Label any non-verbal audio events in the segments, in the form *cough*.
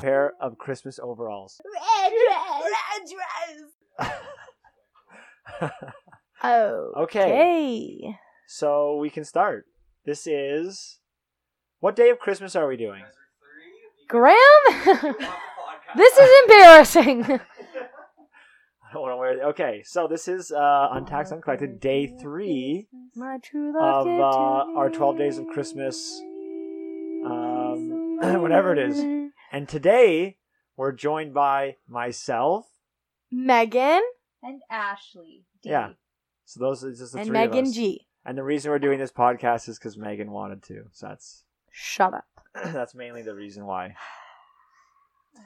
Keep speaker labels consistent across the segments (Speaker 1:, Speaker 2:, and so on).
Speaker 1: pair of Christmas overalls.
Speaker 2: Red dress.
Speaker 3: Red dress.
Speaker 2: Oh. Okay.
Speaker 1: so we can start. This is. What day of Christmas are we doing? *laughs*
Speaker 2: Graham? *laughs* this is
Speaker 1: *laughs*
Speaker 2: embarrassing.
Speaker 1: I don't want to wear. Okay, so this is uh, Untaxed Uncollected, day three.
Speaker 2: My true
Speaker 1: love Of,
Speaker 2: love.
Speaker 1: did uh, to our 12 days of me. Christmas, um, *clears throat* whatever it is. And today, we're joined by myself.
Speaker 2: Megan
Speaker 3: And Ashley. D.
Speaker 1: Yeah. So those are just the
Speaker 2: and
Speaker 1: three of
Speaker 2: Megan
Speaker 1: us.
Speaker 2: G.
Speaker 1: And the reason we're doing this podcast is because Megan wanted to. So that's *clears throat*
Speaker 2: Shut up.
Speaker 1: that's mainly the reason
Speaker 2: *sighs*
Speaker 1: why.
Speaker 3: Um,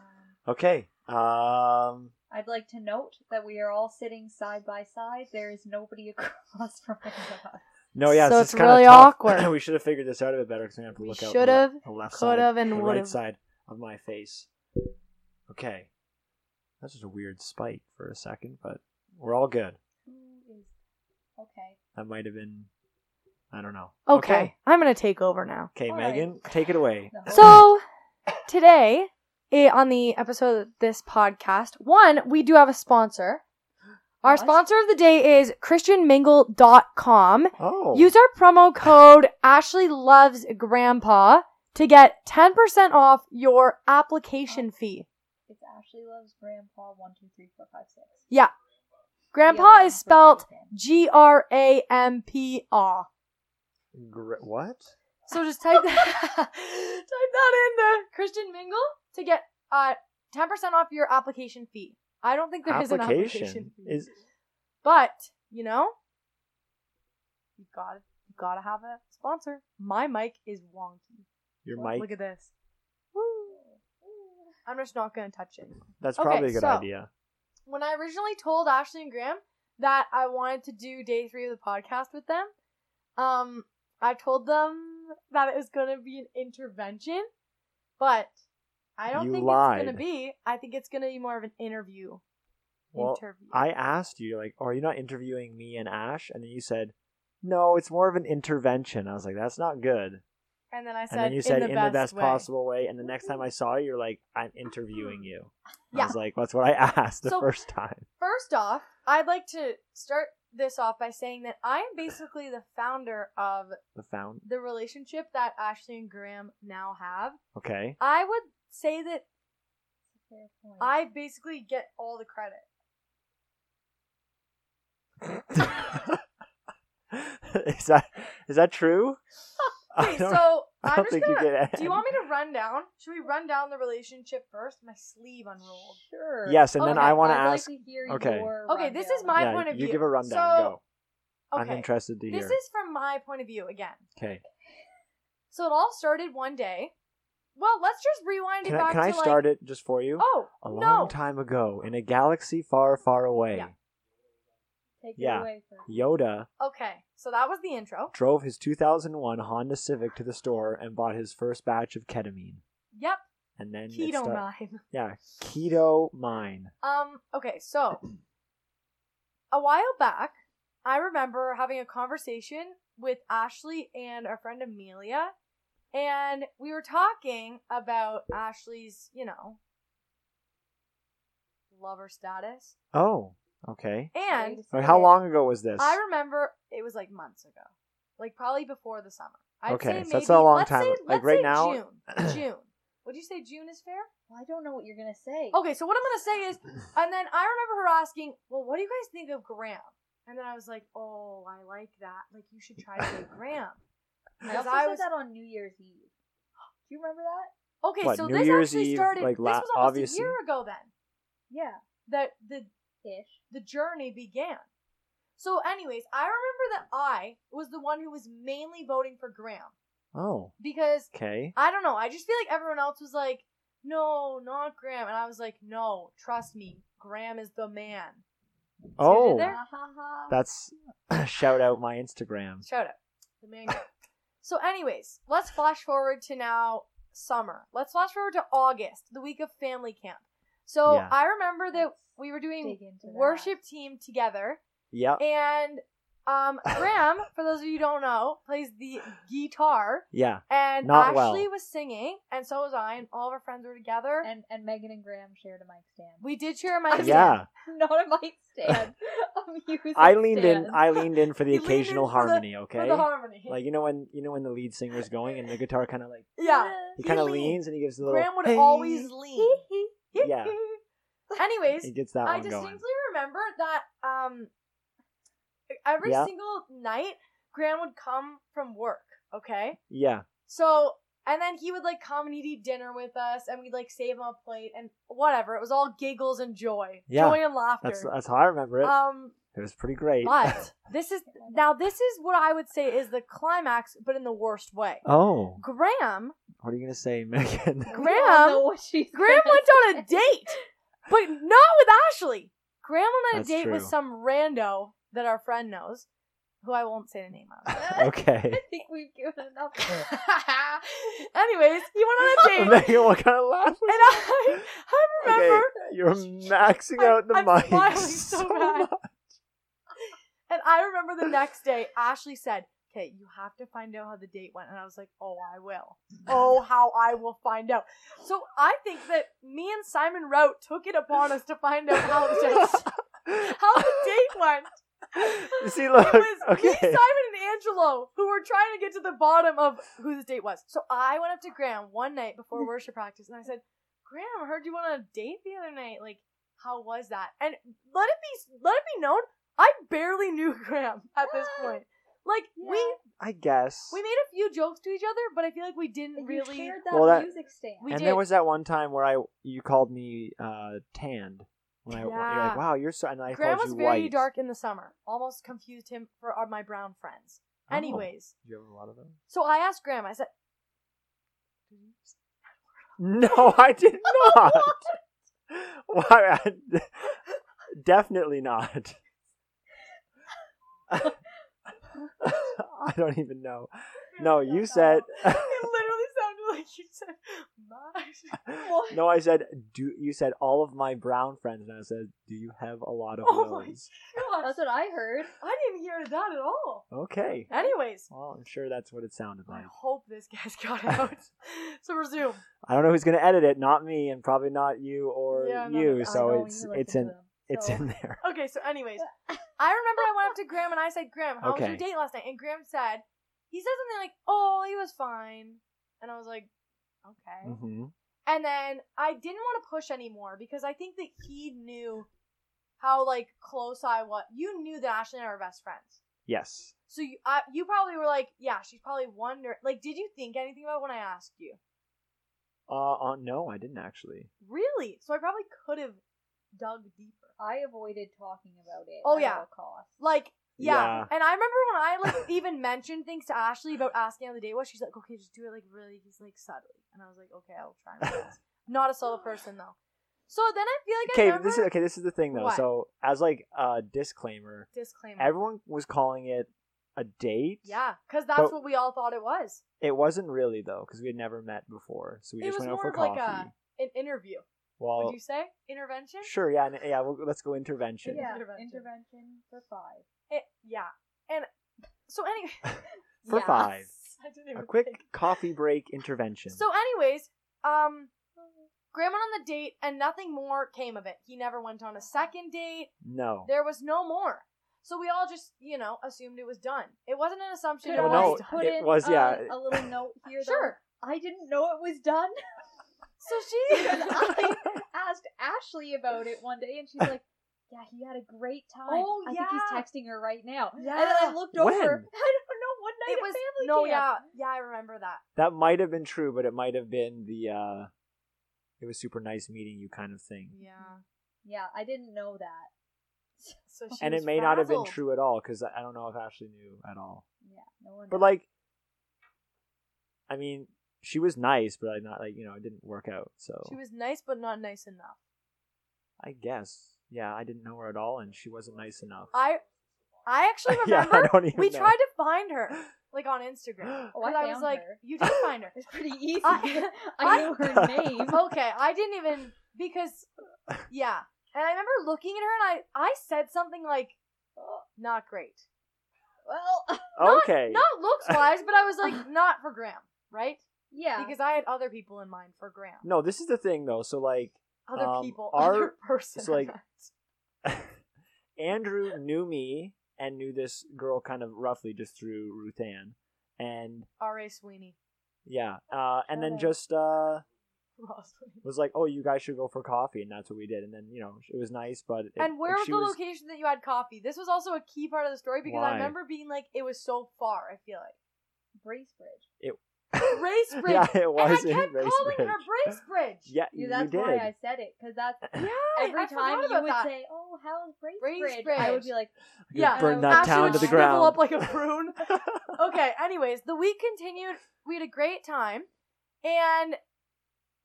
Speaker 1: Okay. Um.
Speaker 3: I'd like to note that we are all sitting side by side. There is nobody *laughs* across from any of us.
Speaker 1: No. Yeah.
Speaker 2: So
Speaker 1: this
Speaker 2: it's
Speaker 1: is kinda
Speaker 2: really
Speaker 1: tough.
Speaker 2: awkward.
Speaker 1: *clears throat* we should have figured this out a bit better because we have to
Speaker 2: We
Speaker 1: look out the
Speaker 2: should've,
Speaker 1: le- the left side,
Speaker 2: could've, and
Speaker 1: the right
Speaker 2: would've.
Speaker 1: side of my face. Okay. That's just a weird spike for a second, but we're all good.
Speaker 3: Who is? Okay.
Speaker 1: That might have been. I don't know.
Speaker 2: Okay. I'm going to take over
Speaker 1: *coughs*
Speaker 2: now.
Speaker 1: Okay,
Speaker 3: All right.
Speaker 1: Megan, take it away.
Speaker 3: No.
Speaker 2: So, today, eh, on the episode of this podcast, one, we do have a sponsor. Our
Speaker 3: What?
Speaker 2: sponsor of the day is ChristianMingle.com.
Speaker 1: Oh.
Speaker 2: Use our promo code Ashley Loves Grandpa to get 10% off your application fee.
Speaker 3: It's Ashley loves Grandpa. One, two, three, four, five, six.
Speaker 2: Grandpa
Speaker 3: Yeah,
Speaker 2: is spelt
Speaker 3: Grandpa.
Speaker 2: G R A M P A.
Speaker 1: Gr- what?
Speaker 2: So just type that, *laughs* type that in the Christian Mingle to get uh, 10% off your application fee. I don't think there is an application
Speaker 1: Application
Speaker 2: fee.
Speaker 1: is
Speaker 2: But you know, you got you gotta have a sponsor. My mic is wonky.
Speaker 1: your
Speaker 2: Look-
Speaker 1: mic.
Speaker 2: Look at this. Woo. I'm just not gonna touch it.
Speaker 1: That's
Speaker 2: Okay,
Speaker 1: probably a good
Speaker 2: so-
Speaker 1: idea.
Speaker 2: When I originally told Ashley and Graham that I wanted to do day three of the podcast with them, um, I told them that it was gonna be an intervention, but I don't
Speaker 1: You
Speaker 2: think it's
Speaker 1: lied.
Speaker 2: gonna be. I think it's gonna be more of an interview.
Speaker 1: Well,
Speaker 2: interview.
Speaker 1: I asked you, like, oh, are you not interviewing me and Ash? And then you said, no, it's more of an intervention. I was like, that's not good.
Speaker 2: and then I said,
Speaker 1: And then you said, in the best,
Speaker 2: way." Mm-hmm.
Speaker 1: possible way. And the next time I saw you, you're like, I'm interviewing you. I
Speaker 2: Yeah.
Speaker 1: was like, that's what I *laughs* asked the
Speaker 2: So-
Speaker 1: first time.
Speaker 2: First off, I'd like to start this off by saying that I am basically the founder of
Speaker 1: The found.
Speaker 2: the relationship that Ashley and Graham now have.
Speaker 1: Okay. *laughs*
Speaker 2: I would say that
Speaker 3: Fair point.
Speaker 2: I basically get all the credit.
Speaker 1: is that is that true? *laughs* I
Speaker 2: *laughs* Okay,
Speaker 1: don't-
Speaker 2: so
Speaker 1: *laughs* I
Speaker 2: I'm
Speaker 1: don't
Speaker 2: just
Speaker 1: think you
Speaker 2: gonna.
Speaker 1: get it. *laughs*
Speaker 2: Do you want me to run down? Should we run down the relationship first? My sleeve unrolled.
Speaker 3: Sure.
Speaker 1: Yes, and then
Speaker 2: Okay,
Speaker 1: I want to
Speaker 3: I'd like
Speaker 1: ask.
Speaker 3: to hear
Speaker 1: okay.
Speaker 3: your
Speaker 2: Okay, this is
Speaker 3: rundown.
Speaker 2: my
Speaker 1: yeah,
Speaker 2: point of
Speaker 1: you
Speaker 2: view.
Speaker 1: give a rundown.
Speaker 2: So-
Speaker 1: go. I'm
Speaker 2: Okay,
Speaker 1: interested to hear.
Speaker 2: this is from my point of view again.
Speaker 1: okay.
Speaker 2: So it all started one day. Well, let's just rewind
Speaker 1: Can
Speaker 2: it
Speaker 1: I,
Speaker 2: back
Speaker 1: can I
Speaker 2: to like.
Speaker 1: start it just for you?
Speaker 2: Oh
Speaker 1: a long
Speaker 2: no!
Speaker 1: time ago, in a galaxy far, far away,
Speaker 2: Yeah.
Speaker 3: Take
Speaker 1: Yeah.
Speaker 3: it away first.
Speaker 1: Yoda
Speaker 2: Okay, so that was the intro.
Speaker 1: drove his 2001 Honda Civic to the store and bought his first batch of ketamine.
Speaker 2: Yep,
Speaker 1: And then it
Speaker 2: keto
Speaker 1: start-
Speaker 2: mime.
Speaker 1: Yeah, keto mine.
Speaker 2: Um, okay, so a while back, I remember having a conversation with Ashley and our friend Amelia, and we were talking about Ashley's, you know, lover status.
Speaker 1: Oh, okay.
Speaker 2: And
Speaker 3: Wait a
Speaker 1: All right, how
Speaker 3: second.
Speaker 1: long ago was this?
Speaker 2: I remember it was like months ago, like probably before the summer. I'd
Speaker 1: Okay,
Speaker 2: say
Speaker 1: so
Speaker 2: maybe,
Speaker 1: that's a long
Speaker 2: let's
Speaker 1: time.
Speaker 2: say-
Speaker 1: Like,
Speaker 2: let's
Speaker 1: right
Speaker 2: say
Speaker 1: now- *clears throat*
Speaker 2: June. June. Would you say June is fair?
Speaker 3: Well, I don't know what you're gonna say.
Speaker 2: Okay, so what I'm gonna say is, and then I remember her asking, "Well, what do you guys think of Graham?" And then I was like, "Oh, I like that. Like, you should try to
Speaker 3: *laughs*
Speaker 2: date Graham."
Speaker 3: I
Speaker 2: Because
Speaker 3: also
Speaker 2: I
Speaker 3: said
Speaker 2: was
Speaker 3: that on New Year's Eve. Do you remember that?
Speaker 2: okay.
Speaker 1: What,
Speaker 2: so
Speaker 1: New
Speaker 2: this
Speaker 1: Year's
Speaker 2: actually
Speaker 1: Eve,
Speaker 2: started.
Speaker 1: like,
Speaker 2: this
Speaker 1: la-
Speaker 2: was almost
Speaker 1: obviously?
Speaker 2: a year ago. Then
Speaker 3: Yeah.
Speaker 2: that the
Speaker 3: Ish.
Speaker 2: the journey began. So, anyways, I remember that I was the one who was mainly voting for Graham
Speaker 1: Oh,
Speaker 2: because
Speaker 1: okay.
Speaker 2: I don't know. I just feel like everyone else was like, "No, not Graham," and I was like, "No, trust me, Graham is the man."
Speaker 1: Oh,
Speaker 2: there?
Speaker 3: Ha ha ha.
Speaker 1: that's *laughs* shout out my Instagram.
Speaker 2: Shout out. The man girl. *coughs* so, anyways, let's flash forward to now summer. Let's flash forward to August, the week of family camp. So
Speaker 1: Yeah.
Speaker 2: I remember that
Speaker 3: Let's
Speaker 2: we were doing
Speaker 3: dig into that.
Speaker 2: worship team together,
Speaker 1: Yep.
Speaker 2: and
Speaker 1: *coughs*
Speaker 2: Um, Graham, for those of you who don't know, plays the guitar, *laughs*
Speaker 1: Yeah.
Speaker 2: and
Speaker 1: Not well.
Speaker 2: Ashley was singing, and so was I, and all of our friends were together.
Speaker 3: And and Megan and Graham shared a mic stand.
Speaker 2: we did share my
Speaker 1: Yeah.
Speaker 3: *laughs* Not a mic
Speaker 1: *laughs*
Speaker 3: stand. a music
Speaker 1: I leaned in
Speaker 3: stand.
Speaker 1: I leaned in
Speaker 2: *laughs*
Speaker 1: for the
Speaker 2: You leaned in
Speaker 1: occasional
Speaker 2: for the-
Speaker 1: harmony,
Speaker 2: for
Speaker 1: okay?
Speaker 2: the harmony.
Speaker 1: Like you know when you know when the lead singer's going and the guitar kinda like
Speaker 2: yeah,
Speaker 1: he
Speaker 2: He
Speaker 1: kinda
Speaker 2: leans.
Speaker 1: leans and he gives a little
Speaker 2: Graham would
Speaker 1: "Hey."
Speaker 2: always lean.
Speaker 1: *laughs* Yeah.
Speaker 2: *laughs* Anyways,
Speaker 1: He gets that
Speaker 2: I
Speaker 1: one
Speaker 2: distinctly
Speaker 1: going.
Speaker 2: remember that um every
Speaker 1: Yeah.
Speaker 2: single night Graham would come from work, okay?
Speaker 1: Yeah.
Speaker 2: So and then he would like come and he'd eat dinner with us and we'd like save him a plate and whatever. It was all giggles and joy.
Speaker 1: Yeah.
Speaker 2: Joy and laughter.
Speaker 1: That's that's how I remember it.
Speaker 2: um
Speaker 1: it was pretty great.
Speaker 2: but this is now this is what I would say is the climax, but in the worst way.
Speaker 1: *laughs* oh.
Speaker 2: Graham
Speaker 1: What are you gonna say,
Speaker 2: *laughs*
Speaker 1: Megan?
Speaker 3: We all know
Speaker 2: Graham-
Speaker 3: what she's
Speaker 2: Graham
Speaker 3: gonna
Speaker 2: went on a date, but not with Ashley. Graham went on a
Speaker 1: That's
Speaker 2: date with
Speaker 1: true.
Speaker 2: some rando that our friend knows, who I won't say the name
Speaker 1: *laughs*
Speaker 2: of. *laughs*
Speaker 1: okay.
Speaker 3: *laughs* I think we've given enough.
Speaker 2: Anyways,
Speaker 1: *laughs*
Speaker 2: he went on a date, and
Speaker 1: Megan, what kind of laugh was
Speaker 2: I, *laughs* I remember,
Speaker 1: You're maxing
Speaker 2: I'm-
Speaker 1: out the
Speaker 2: I'm
Speaker 1: mic *laughs*
Speaker 2: smiling
Speaker 1: so,
Speaker 2: so bad.
Speaker 1: much.
Speaker 2: and I remember the next day, Ashley said, "Okay, you have to find out how the date went," and I was like, "Oh, I will.
Speaker 1: *laughs*
Speaker 2: Oh, how I will find out." So I think that me and Simon Rout took it upon us to find out how the date, how the date went.
Speaker 1: *laughs* You See, *laughs* look.
Speaker 2: it was me,
Speaker 1: okay.
Speaker 2: Simon, and Angelo who were trying to get to the bottom of who this date was. So I went up to Graham one night
Speaker 1: Mm-hmm.
Speaker 2: before worship practice and I said, Graham, I heard you went on a date the other night. Like, how was that? And let it be let it be known, I barely knew *laughs* Graham at
Speaker 1: *gasps*
Speaker 2: this point. Like we
Speaker 1: I guess.
Speaker 2: we made a few jokes to each other, but I feel like we didn't
Speaker 3: You
Speaker 2: really
Speaker 3: shared that
Speaker 1: Well, that-
Speaker 3: music stand.
Speaker 2: we
Speaker 1: and
Speaker 2: did.
Speaker 1: there was that one time where I you called me uh, tanned. When I, You're
Speaker 2: Yeah.
Speaker 1: like, wow, you're so. And I
Speaker 2: Graham
Speaker 1: called
Speaker 2: was
Speaker 1: you
Speaker 2: very
Speaker 1: white.
Speaker 2: dark in the summer. Almost confused him for uh, my brown friends.
Speaker 1: Oh.
Speaker 2: Anyways,
Speaker 1: Do you have a lot of them?
Speaker 2: so I asked Graham, I said,
Speaker 1: No, *laughs* I
Speaker 2: *laughs*
Speaker 1: did not. *laughs* Why? I- definitely
Speaker 2: *laughs*
Speaker 1: not. *laughs* I don't even know. No, you said.
Speaker 2: *laughs*
Speaker 1: *laughs*
Speaker 2: It literally sounded like you said my. *laughs*
Speaker 1: no, I said. Do you said all of my brown friends? And I said, do you have a lot of
Speaker 2: Oh my
Speaker 1: those?
Speaker 3: That's what I heard.
Speaker 2: I didn't hear that at all.
Speaker 1: Okay.
Speaker 2: Anyways,
Speaker 1: Well, I'm sure that's what it sounded
Speaker 2: I *laughs*
Speaker 1: like.
Speaker 2: hope this guy's got out. so resume.
Speaker 1: *laughs* I don't know who's gonna edit it. Not me, and probably not you or
Speaker 2: Yeah, no,
Speaker 1: you.
Speaker 2: no, I
Speaker 1: so
Speaker 3: I know
Speaker 1: it's
Speaker 3: you listen
Speaker 1: it's
Speaker 3: to
Speaker 1: in
Speaker 3: them,
Speaker 1: it's
Speaker 3: so-
Speaker 1: in
Speaker 2: *laughs*
Speaker 1: there.
Speaker 2: Okay, so anyways, I remember I went up to Graham and I said, Graham, how was your
Speaker 1: Okay.
Speaker 2: date last night? And Graham said, he said something like, oh, he was fine. And I was like, okay.
Speaker 1: hmm
Speaker 2: And then I didn't want to push anymore because I think that he knew how like close I was. You knew that Ashley and I were best friends.
Speaker 1: Yes.
Speaker 2: So you, I, you probably were like, yeah, she's probably wonder. Like, did you think anything about when I asked you?
Speaker 1: Uh, uh, no, I didn't actually.
Speaker 2: Really? So I probably could have dug deeper.
Speaker 3: I avoided talking about it.
Speaker 2: Oh,
Speaker 3: at
Speaker 2: yeah.
Speaker 3: all costs.
Speaker 2: Like, yeah.
Speaker 1: Yeah.
Speaker 2: And I remember when
Speaker 1: *laughs*
Speaker 2: I like even mentioned things to Ashley about asking on the date was. She's like, okay, just do it like really, just like subtly. And I was like, okay, I'll try
Speaker 1: *laughs*
Speaker 2: my best. Not a subtle person though. So then I feel like I
Speaker 1: Okay, but
Speaker 2: remember
Speaker 1: this is okay. This is the thing though.
Speaker 2: What?
Speaker 1: So as like a disclaimer,
Speaker 2: disclaimer.
Speaker 1: everyone was calling it a date.
Speaker 2: yeah, because that's
Speaker 1: But-
Speaker 2: what we all thought it was.
Speaker 1: It wasn't really though, because we had never met before, so we
Speaker 2: It
Speaker 1: just
Speaker 2: was
Speaker 1: went out for
Speaker 2: more of
Speaker 1: coffee.
Speaker 2: like a- An interview,
Speaker 1: well,
Speaker 2: would you say? Intervention?
Speaker 1: Oh. sure, yeah, and, yeah. Well, let's go intervention.
Speaker 3: Yeah,
Speaker 2: Intervention.
Speaker 3: intervention for five.
Speaker 2: It, yeah. And so anyway,
Speaker 1: For
Speaker 2: yeah.
Speaker 3: *laughs*
Speaker 1: five.
Speaker 2: I didn't even
Speaker 1: A quick
Speaker 2: think.
Speaker 1: coffee break intervention.
Speaker 2: So, anyways, um, Graham went on the date, and nothing more came of it. He never went on a second date. *laughs*
Speaker 1: no.
Speaker 2: There was no more. So we all just, you know, assumed it was done. It wasn't an assumption.
Speaker 3: Could
Speaker 2: It
Speaker 1: Well,
Speaker 3: I
Speaker 1: no,
Speaker 2: was
Speaker 3: just
Speaker 2: done.
Speaker 3: put
Speaker 1: it
Speaker 3: in,
Speaker 1: was,
Speaker 3: uh,
Speaker 1: yeah.
Speaker 3: a *laughs* little note here. that
Speaker 2: Sure.
Speaker 3: I didn't know it was done
Speaker 2: So
Speaker 3: *laughs* because
Speaker 2: she.
Speaker 3: I asked Ashley about it one day, and
Speaker 2: *sighs*
Speaker 3: she's like, "Yeah, he had a great time.
Speaker 2: Oh,
Speaker 3: I
Speaker 2: yeah.
Speaker 3: think he's texting her right now."
Speaker 2: Yeah.
Speaker 3: And then I looked
Speaker 1: When?
Speaker 3: over. *laughs* I don't know. One night
Speaker 2: it
Speaker 3: at
Speaker 2: was
Speaker 3: family
Speaker 2: no,
Speaker 3: camp.
Speaker 2: yeah, yeah, I remember that.
Speaker 1: *laughs* That might have been true, but it might have been the uh it was super nice meeting you kind of thing.
Speaker 2: Yeah.
Speaker 3: Yeah, I didn't know that.
Speaker 2: So she
Speaker 1: and
Speaker 2: was
Speaker 1: it may not have been
Speaker 2: frazzled.
Speaker 1: true at all cuz I I don't know if Ashley knew at all.
Speaker 3: Yeah, no one.
Speaker 1: But like, I mean, she was nice, but I not like you know it didn't work out. So
Speaker 2: She was nice, but not nice enough.
Speaker 1: I guess yeah, I didn't know her at all, and she wasn't nice enough.
Speaker 2: I,
Speaker 1: *laughs*
Speaker 2: I actually
Speaker 1: yeah,
Speaker 2: remember
Speaker 1: I don't even
Speaker 2: we
Speaker 1: know.
Speaker 2: tried to find her, like on Instagram.
Speaker 3: *gasps* oh,
Speaker 2: But
Speaker 3: I, found
Speaker 2: I was like,
Speaker 3: her.
Speaker 2: you did find
Speaker 1: *laughs*
Speaker 2: her.
Speaker 3: It's pretty easy.
Speaker 2: I-
Speaker 3: *laughs* I,
Speaker 2: I-
Speaker 3: know her
Speaker 2: *laughs*
Speaker 3: name.
Speaker 2: okay, I didn't even because yeah. And I remember looking at her and I I said something like "Oh, not great.
Speaker 1: okay.
Speaker 2: Not looks wise, but I was
Speaker 3: *laughs*
Speaker 2: like, not for Graham, right?
Speaker 3: Yeah.
Speaker 2: Because I had other people in mind for Graham.
Speaker 1: No, this is the thing though. So like
Speaker 2: Other
Speaker 1: Um,
Speaker 2: people,
Speaker 1: our-
Speaker 2: other person.
Speaker 1: it's
Speaker 2: *laughs*
Speaker 1: like-
Speaker 2: I meant.
Speaker 1: *laughs* Andrew knew me and knew this girl kind of roughly just through Ruth Ann. And
Speaker 2: R.A. Sweeney.
Speaker 1: yeah. Uh, and then
Speaker 3: Okay.
Speaker 1: just uh,
Speaker 2: Ross Sweeney.
Speaker 1: was like, oh, you guys should go for coffee. And that's what we did. And then, you know, it was nice, but. It,
Speaker 2: And where
Speaker 1: like,
Speaker 2: was
Speaker 1: she
Speaker 2: the location that you had coffee? This was also a key part of the story because
Speaker 1: Why?
Speaker 2: I remember being like, it was so far, I feel like.
Speaker 3: Bracebridge.
Speaker 1: *laughs*
Speaker 2: Bracebridge!
Speaker 1: Yeah, it
Speaker 2: and I
Speaker 1: was
Speaker 2: kept
Speaker 1: in
Speaker 2: calling
Speaker 1: Bracebridge.
Speaker 2: her Bracebridge!
Speaker 1: Yeah,
Speaker 3: Yeah,
Speaker 1: you
Speaker 3: that's
Speaker 1: did.
Speaker 3: why I said it because that's
Speaker 2: Yeah,
Speaker 3: every
Speaker 2: I
Speaker 3: time
Speaker 2: forgot
Speaker 3: you
Speaker 2: about
Speaker 3: would
Speaker 2: that.
Speaker 3: say, "Oh, how's Bracebridge?"
Speaker 2: Bracebridge.
Speaker 3: I would be like,
Speaker 1: You
Speaker 2: yeah,
Speaker 1: burned
Speaker 3: I
Speaker 1: that
Speaker 3: was-
Speaker 1: town to the
Speaker 2: Ashley would
Speaker 1: ground.
Speaker 2: shrivel up like a prune.
Speaker 1: *laughs*
Speaker 2: okay, anyways, the week continued. We had a great time. And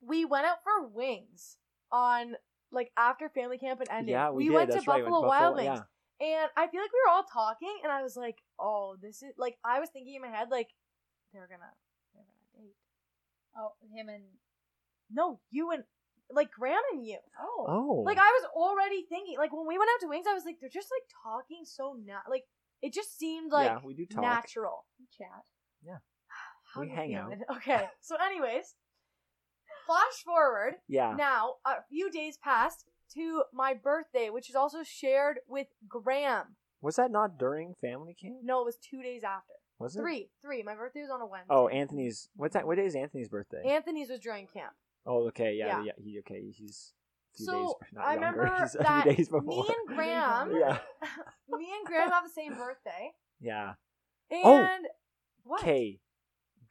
Speaker 2: we went out for wings on, like, after family camp had ended.
Speaker 1: yeah, we, did.
Speaker 2: went
Speaker 1: that's
Speaker 2: to
Speaker 1: right,
Speaker 2: Buffalo
Speaker 1: went
Speaker 2: Wild
Speaker 1: Buffalo-
Speaker 2: Wings.
Speaker 1: yeah.
Speaker 2: And I feel like we were all talking, and I was like, "Oh, this is like." I was thinking in my head, like, "They're gonna, they're gonna date."
Speaker 3: "Oh, him and
Speaker 2: No, you and like Graham and you.
Speaker 3: oh,
Speaker 1: Oh.
Speaker 2: Like I was already thinking, like when we went out to Wings, I was like, "They're just like talking so nat, like it just seemed like
Speaker 1: yeah, we do talk.
Speaker 2: natural."
Speaker 3: we chat."
Speaker 2: How
Speaker 1: We
Speaker 2: you
Speaker 1: hang out. *laughs*
Speaker 2: feeling? Okay, so anyways, flash forward
Speaker 1: yeah.
Speaker 2: now a few days passed to my birthday, which is also shared with Graham.
Speaker 1: Was that not during family camp?
Speaker 2: No, it was two days after.
Speaker 1: Was it?
Speaker 2: Three, three. My birthday was on a Wednesday.
Speaker 1: Oh, Anthony's. What time? What day is Anthony's birthday?
Speaker 2: Anthony's was during
Speaker 1: *laughs*
Speaker 2: camp.
Speaker 1: oh, okay. Yeah.
Speaker 2: Yeah.
Speaker 1: Yeah. he, okay. He's. a Few
Speaker 2: So,
Speaker 1: days, *laughs* not
Speaker 2: I
Speaker 1: younger,
Speaker 2: remember
Speaker 1: he's a
Speaker 2: that
Speaker 1: few days
Speaker 2: me
Speaker 1: before.
Speaker 2: and Graham-
Speaker 1: *laughs* yeah.
Speaker 2: Me and Graham have the same birthday.
Speaker 1: Yeah.
Speaker 2: And
Speaker 1: *laughs* Oh.
Speaker 2: what?
Speaker 1: Okay.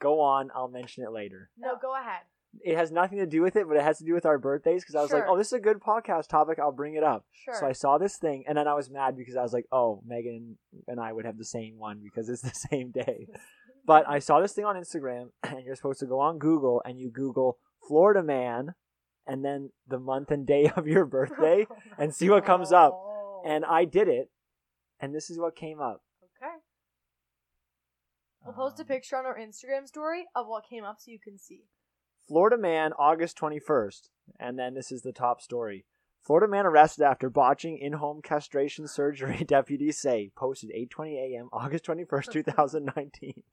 Speaker 1: Go on. I'll mention it later.
Speaker 2: No, go ahead.
Speaker 1: It has nothing to do with it, but it has to do with our birthdays because I was like,
Speaker 2: Sure.
Speaker 1: oh, this is a good podcast topic. I'll bring it up.
Speaker 2: Sure.
Speaker 1: So I saw this thing, and then I was mad because I was like, oh, Megan and I would have the same one because it's the *laughs* same day.
Speaker 2: *laughs*
Speaker 1: But I saw this thing on Instagram, *clears throat* and you're supposed to go on Google and you Google Florida man and then the month and day *laughs* of your
Speaker 2: *laughs*
Speaker 1: birthday and see what comes up.
Speaker 3: Oh.
Speaker 1: And I did it, and this is what came up.
Speaker 2: Okay. We'll post a
Speaker 1: Um,
Speaker 2: picture on our Instagram story of what came up so you can see. *laughs*
Speaker 1: Florida man, August 21st. And then this is the top story. Florida man arrested after botching in-home castration surgery, *laughs* deputies say, posted 8:20 a.m. August
Speaker 2: *laughs*
Speaker 1: 21st, 2019.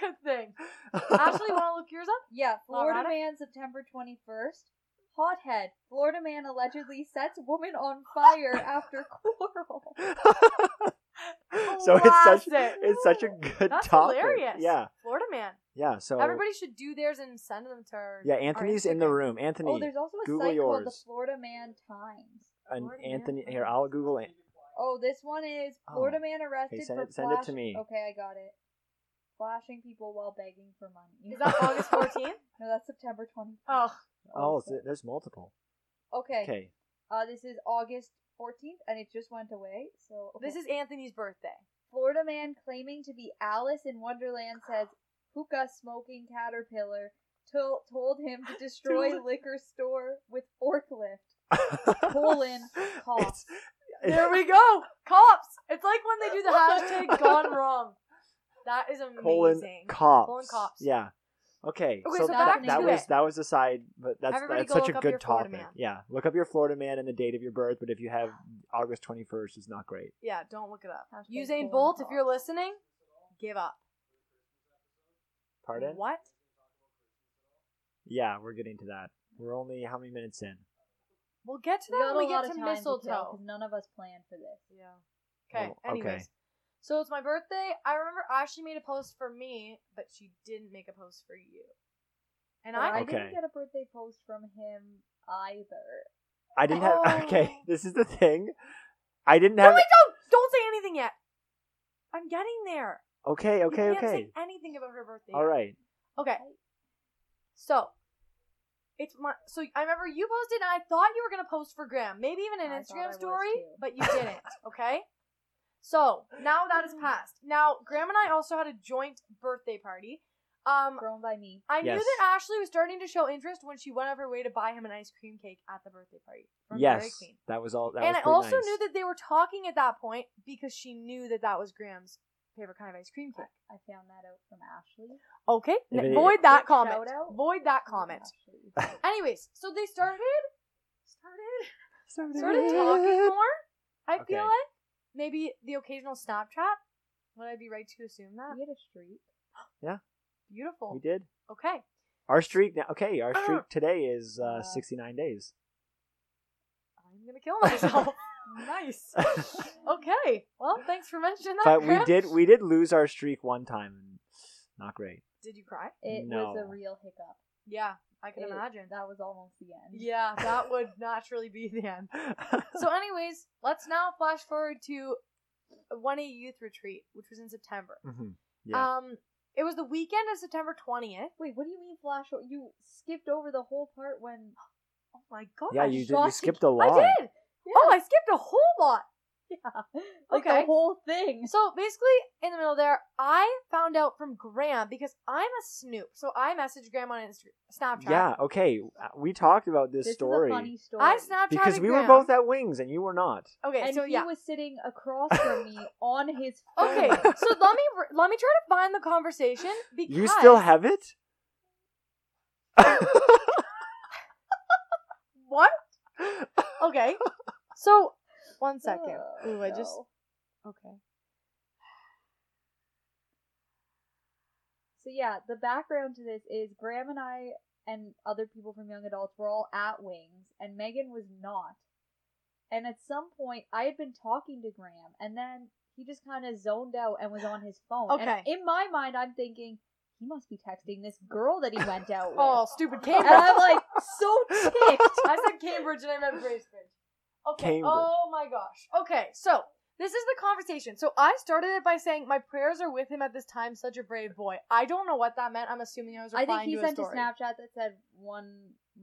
Speaker 2: Good thing.
Speaker 1: *laughs*
Speaker 2: Ashley, want to look yours up?
Speaker 3: yeah, Florida
Speaker 2: Loretta?
Speaker 3: man, September twenty first. Hothead, Florida man allegedly sets woman on
Speaker 2: *laughs*
Speaker 3: fire after quarrel.
Speaker 1: *laughs* so it's such
Speaker 2: Classic.
Speaker 1: it's such a good
Speaker 2: That's
Speaker 1: topic.
Speaker 2: hilarious.
Speaker 1: Yeah,
Speaker 2: Florida man.
Speaker 1: yeah. So
Speaker 2: Everybody should do theirs and send them to her.
Speaker 1: yeah, Anthony's in the room. Anthony
Speaker 3: Oh, there's also a
Speaker 1: Google
Speaker 3: site called the
Speaker 1: yours.
Speaker 3: Florida Man Times.
Speaker 1: and
Speaker 2: Florida man.
Speaker 1: Anthony. Here, I'll Google it.
Speaker 3: Oh, this one is
Speaker 1: Oh.
Speaker 3: Florida man arrested
Speaker 1: send
Speaker 3: for
Speaker 1: it- send it to
Speaker 3: flash-
Speaker 1: me.
Speaker 3: Okay, I got it. Flashing people while begging for money.
Speaker 2: Is that
Speaker 1: *laughs*
Speaker 3: *laughs*
Speaker 2: August 14th?
Speaker 3: no, that's September 20th.
Speaker 2: Oh,
Speaker 1: Oh, th- there's multiple.
Speaker 3: okay.
Speaker 1: Okay,
Speaker 3: Uh, this is August 14th, and it just went away. So okay.
Speaker 2: this is Anthony's birthday.
Speaker 3: Florida man claiming to be Alice in Wonderland says hookah smoking caterpillar to- told him
Speaker 2: *laughs*
Speaker 3: to destroy
Speaker 1: Dude.
Speaker 3: liquor store with forklift. Colon cough.
Speaker 1: *laughs* It's-
Speaker 2: There we go. Cops. It's like when they do the
Speaker 1: *laughs*
Speaker 2: hashtag gone wrong. That is amazing.
Speaker 1: colon cops.
Speaker 2: Colon cops.
Speaker 1: Yeah. Okay.
Speaker 2: Okay,
Speaker 1: so
Speaker 2: so
Speaker 1: that,
Speaker 3: back
Speaker 1: that
Speaker 3: to
Speaker 1: was
Speaker 2: it.
Speaker 1: that was aside, but that's
Speaker 2: Everybody
Speaker 1: that's
Speaker 2: go
Speaker 1: such
Speaker 2: look
Speaker 1: a
Speaker 2: up
Speaker 1: good
Speaker 2: your Florida
Speaker 1: topic.
Speaker 2: man.
Speaker 1: Yeah. Look up your Florida man and the date of your birth, but if you have August 21st, it's not great.
Speaker 2: Yeah, don't look it up.
Speaker 3: Hashtag
Speaker 2: Usain
Speaker 3: colon
Speaker 2: Bolt, if
Speaker 3: cops.
Speaker 2: you're listening, give up.
Speaker 1: Pardon?
Speaker 2: What?
Speaker 1: Yeah, we're getting to that. We're only how many minutes in?
Speaker 2: We'll get to
Speaker 3: we
Speaker 2: that
Speaker 3: got
Speaker 2: when
Speaker 3: a
Speaker 2: we get
Speaker 3: lot of
Speaker 2: to
Speaker 3: time to kill
Speaker 2: mistletoe.
Speaker 3: 'cause none of us planned for this.
Speaker 2: yeah. Okay.
Speaker 1: Oh, okay.
Speaker 2: anyways. So it's my birthday. I remember Ashley made a post for me, but she didn't make a post for you. And
Speaker 3: But I
Speaker 2: I
Speaker 1: Okay.
Speaker 3: didn't get a birthday post from him either.
Speaker 1: I didn't have. *laughs*
Speaker 2: Oh.
Speaker 1: Okay, this is the thing. I *laughs* didn't
Speaker 2: No,
Speaker 1: have.
Speaker 2: wait, don't don't say anything yet. I'm getting there.
Speaker 1: okay, okay,
Speaker 2: you can't
Speaker 1: okay.
Speaker 2: say anything about her birthday.
Speaker 1: All
Speaker 2: yet.
Speaker 1: right.
Speaker 2: Okay. So it's my so I remember you posted and I thought you were gonna post for Graham, maybe even an
Speaker 3: I thought I
Speaker 2: Instagram
Speaker 3: was
Speaker 2: story,
Speaker 3: too.
Speaker 2: but you
Speaker 3: *laughs*
Speaker 2: didn't. Okay. So now that is past. Now Graham and I also had a joint birthday party. Um,
Speaker 3: Grown by me.
Speaker 2: I knew
Speaker 1: Yes.
Speaker 2: that Ashley was starting to show interest when she went out of her way to buy him an ice cream cake at the birthday party from Dairy
Speaker 1: yes,
Speaker 2: Queen.
Speaker 1: that was all. That
Speaker 2: and
Speaker 1: was
Speaker 2: I
Speaker 1: pretty
Speaker 2: also
Speaker 1: nice.
Speaker 2: knew that they were talking at that point because she knew that that was Graham's favorite kind of ice cream cake.
Speaker 3: I found that out from Ashley.
Speaker 2: Okay,
Speaker 1: If it-
Speaker 2: void that
Speaker 3: Quick
Speaker 2: comment.
Speaker 3: shout out.
Speaker 2: Void that comment.
Speaker 3: Ashley.
Speaker 2: Anyways, so they started started
Speaker 3: *laughs*
Speaker 2: started talking more. I
Speaker 1: Okay.
Speaker 2: feel like maybe the occasional Snapchat, Would I be right to assume that?
Speaker 3: We had a streak.
Speaker 1: We
Speaker 2: Beautiful.
Speaker 1: did.
Speaker 2: Okay.
Speaker 1: Our streak now. Okay, our streak today is uh,
Speaker 2: Uh-huh. Uh,
Speaker 1: 69 days. *laughs*
Speaker 2: I'm gonna kill myself.
Speaker 1: *laughs*
Speaker 2: nice. Okay. Well, thanks for mentioning that.
Speaker 1: But we
Speaker 2: Chris.
Speaker 1: did we did lose our streak one time. Not great. *laughs*
Speaker 2: Did you cry?
Speaker 3: It was
Speaker 1: No.
Speaker 3: a real hiccup.
Speaker 2: Yeah, I can
Speaker 1: Eh,
Speaker 3: It-
Speaker 2: imagine.
Speaker 3: That was almost the end.
Speaker 2: Yeah,
Speaker 1: *laughs*
Speaker 2: that would naturally be the end. So, anyways, let's now flash forward to one A youth retreat, which was in September.
Speaker 1: Mhm. Yeah.
Speaker 2: Um, it was the weekend of September twentieth.
Speaker 3: Wait, what do you mean flash? You skipped over the whole part when
Speaker 2: Oh my gosh!
Speaker 1: yeah, you did. You
Speaker 3: Josh,
Speaker 1: skipped a
Speaker 2: I
Speaker 1: lot.
Speaker 2: did. Oh, I skipped a whole lot.
Speaker 3: yeah, like
Speaker 2: Okay.
Speaker 3: the whole thing.
Speaker 2: So basically, in the middle there, I found out from Graham because I'm a snoop. So I messaged Graham on Instagram, Snapchat.
Speaker 1: Yeah. Okay. We talked about this,
Speaker 3: This
Speaker 1: story
Speaker 3: is a funny story.
Speaker 2: I Snapchatted
Speaker 1: because we were
Speaker 2: Graham.
Speaker 1: both at Wings and you were not.
Speaker 2: Okay,
Speaker 3: and
Speaker 2: so
Speaker 3: he
Speaker 2: yeah. Oh,
Speaker 3: was sitting across
Speaker 2: *laughs*
Speaker 3: from me on his
Speaker 1: *laughs*
Speaker 3: phone.
Speaker 2: Okay, so let me re- let me try to find the conversation because
Speaker 1: You still have it? *laughs*
Speaker 2: what? Okay, *laughs* so one second.
Speaker 3: Oh,
Speaker 2: Ooh, I just
Speaker 3: no.
Speaker 2: okay.
Speaker 3: So yeah, the background to this is Graham and I and other people from Young Adults were all at Wings, and Megan was not. And at some point, I had been talking to Graham, and then he just kind of zoned out and was on his phone. And
Speaker 2: Okay.
Speaker 3: in my mind, I'm thinking he must be texting this girl that he
Speaker 2: *laughs*
Speaker 3: went out with.
Speaker 2: Oh, stupid
Speaker 3: And
Speaker 2: Cambridge!
Speaker 3: I'm like so
Speaker 2: *laughs*
Speaker 3: ticked.
Speaker 2: I said Cambridge and I meant Bracebridge. Okay.
Speaker 1: Cambridge.
Speaker 2: Oh my gosh. Okay, so this is the conversation. So I started it by saying my prayers are with him at this time. Such a brave boy. I don't know what that meant. I'm assuming I was
Speaker 3: I
Speaker 2: replying
Speaker 3: think he
Speaker 2: to
Speaker 3: sent a
Speaker 2: a story.
Speaker 3: Snapchat that said one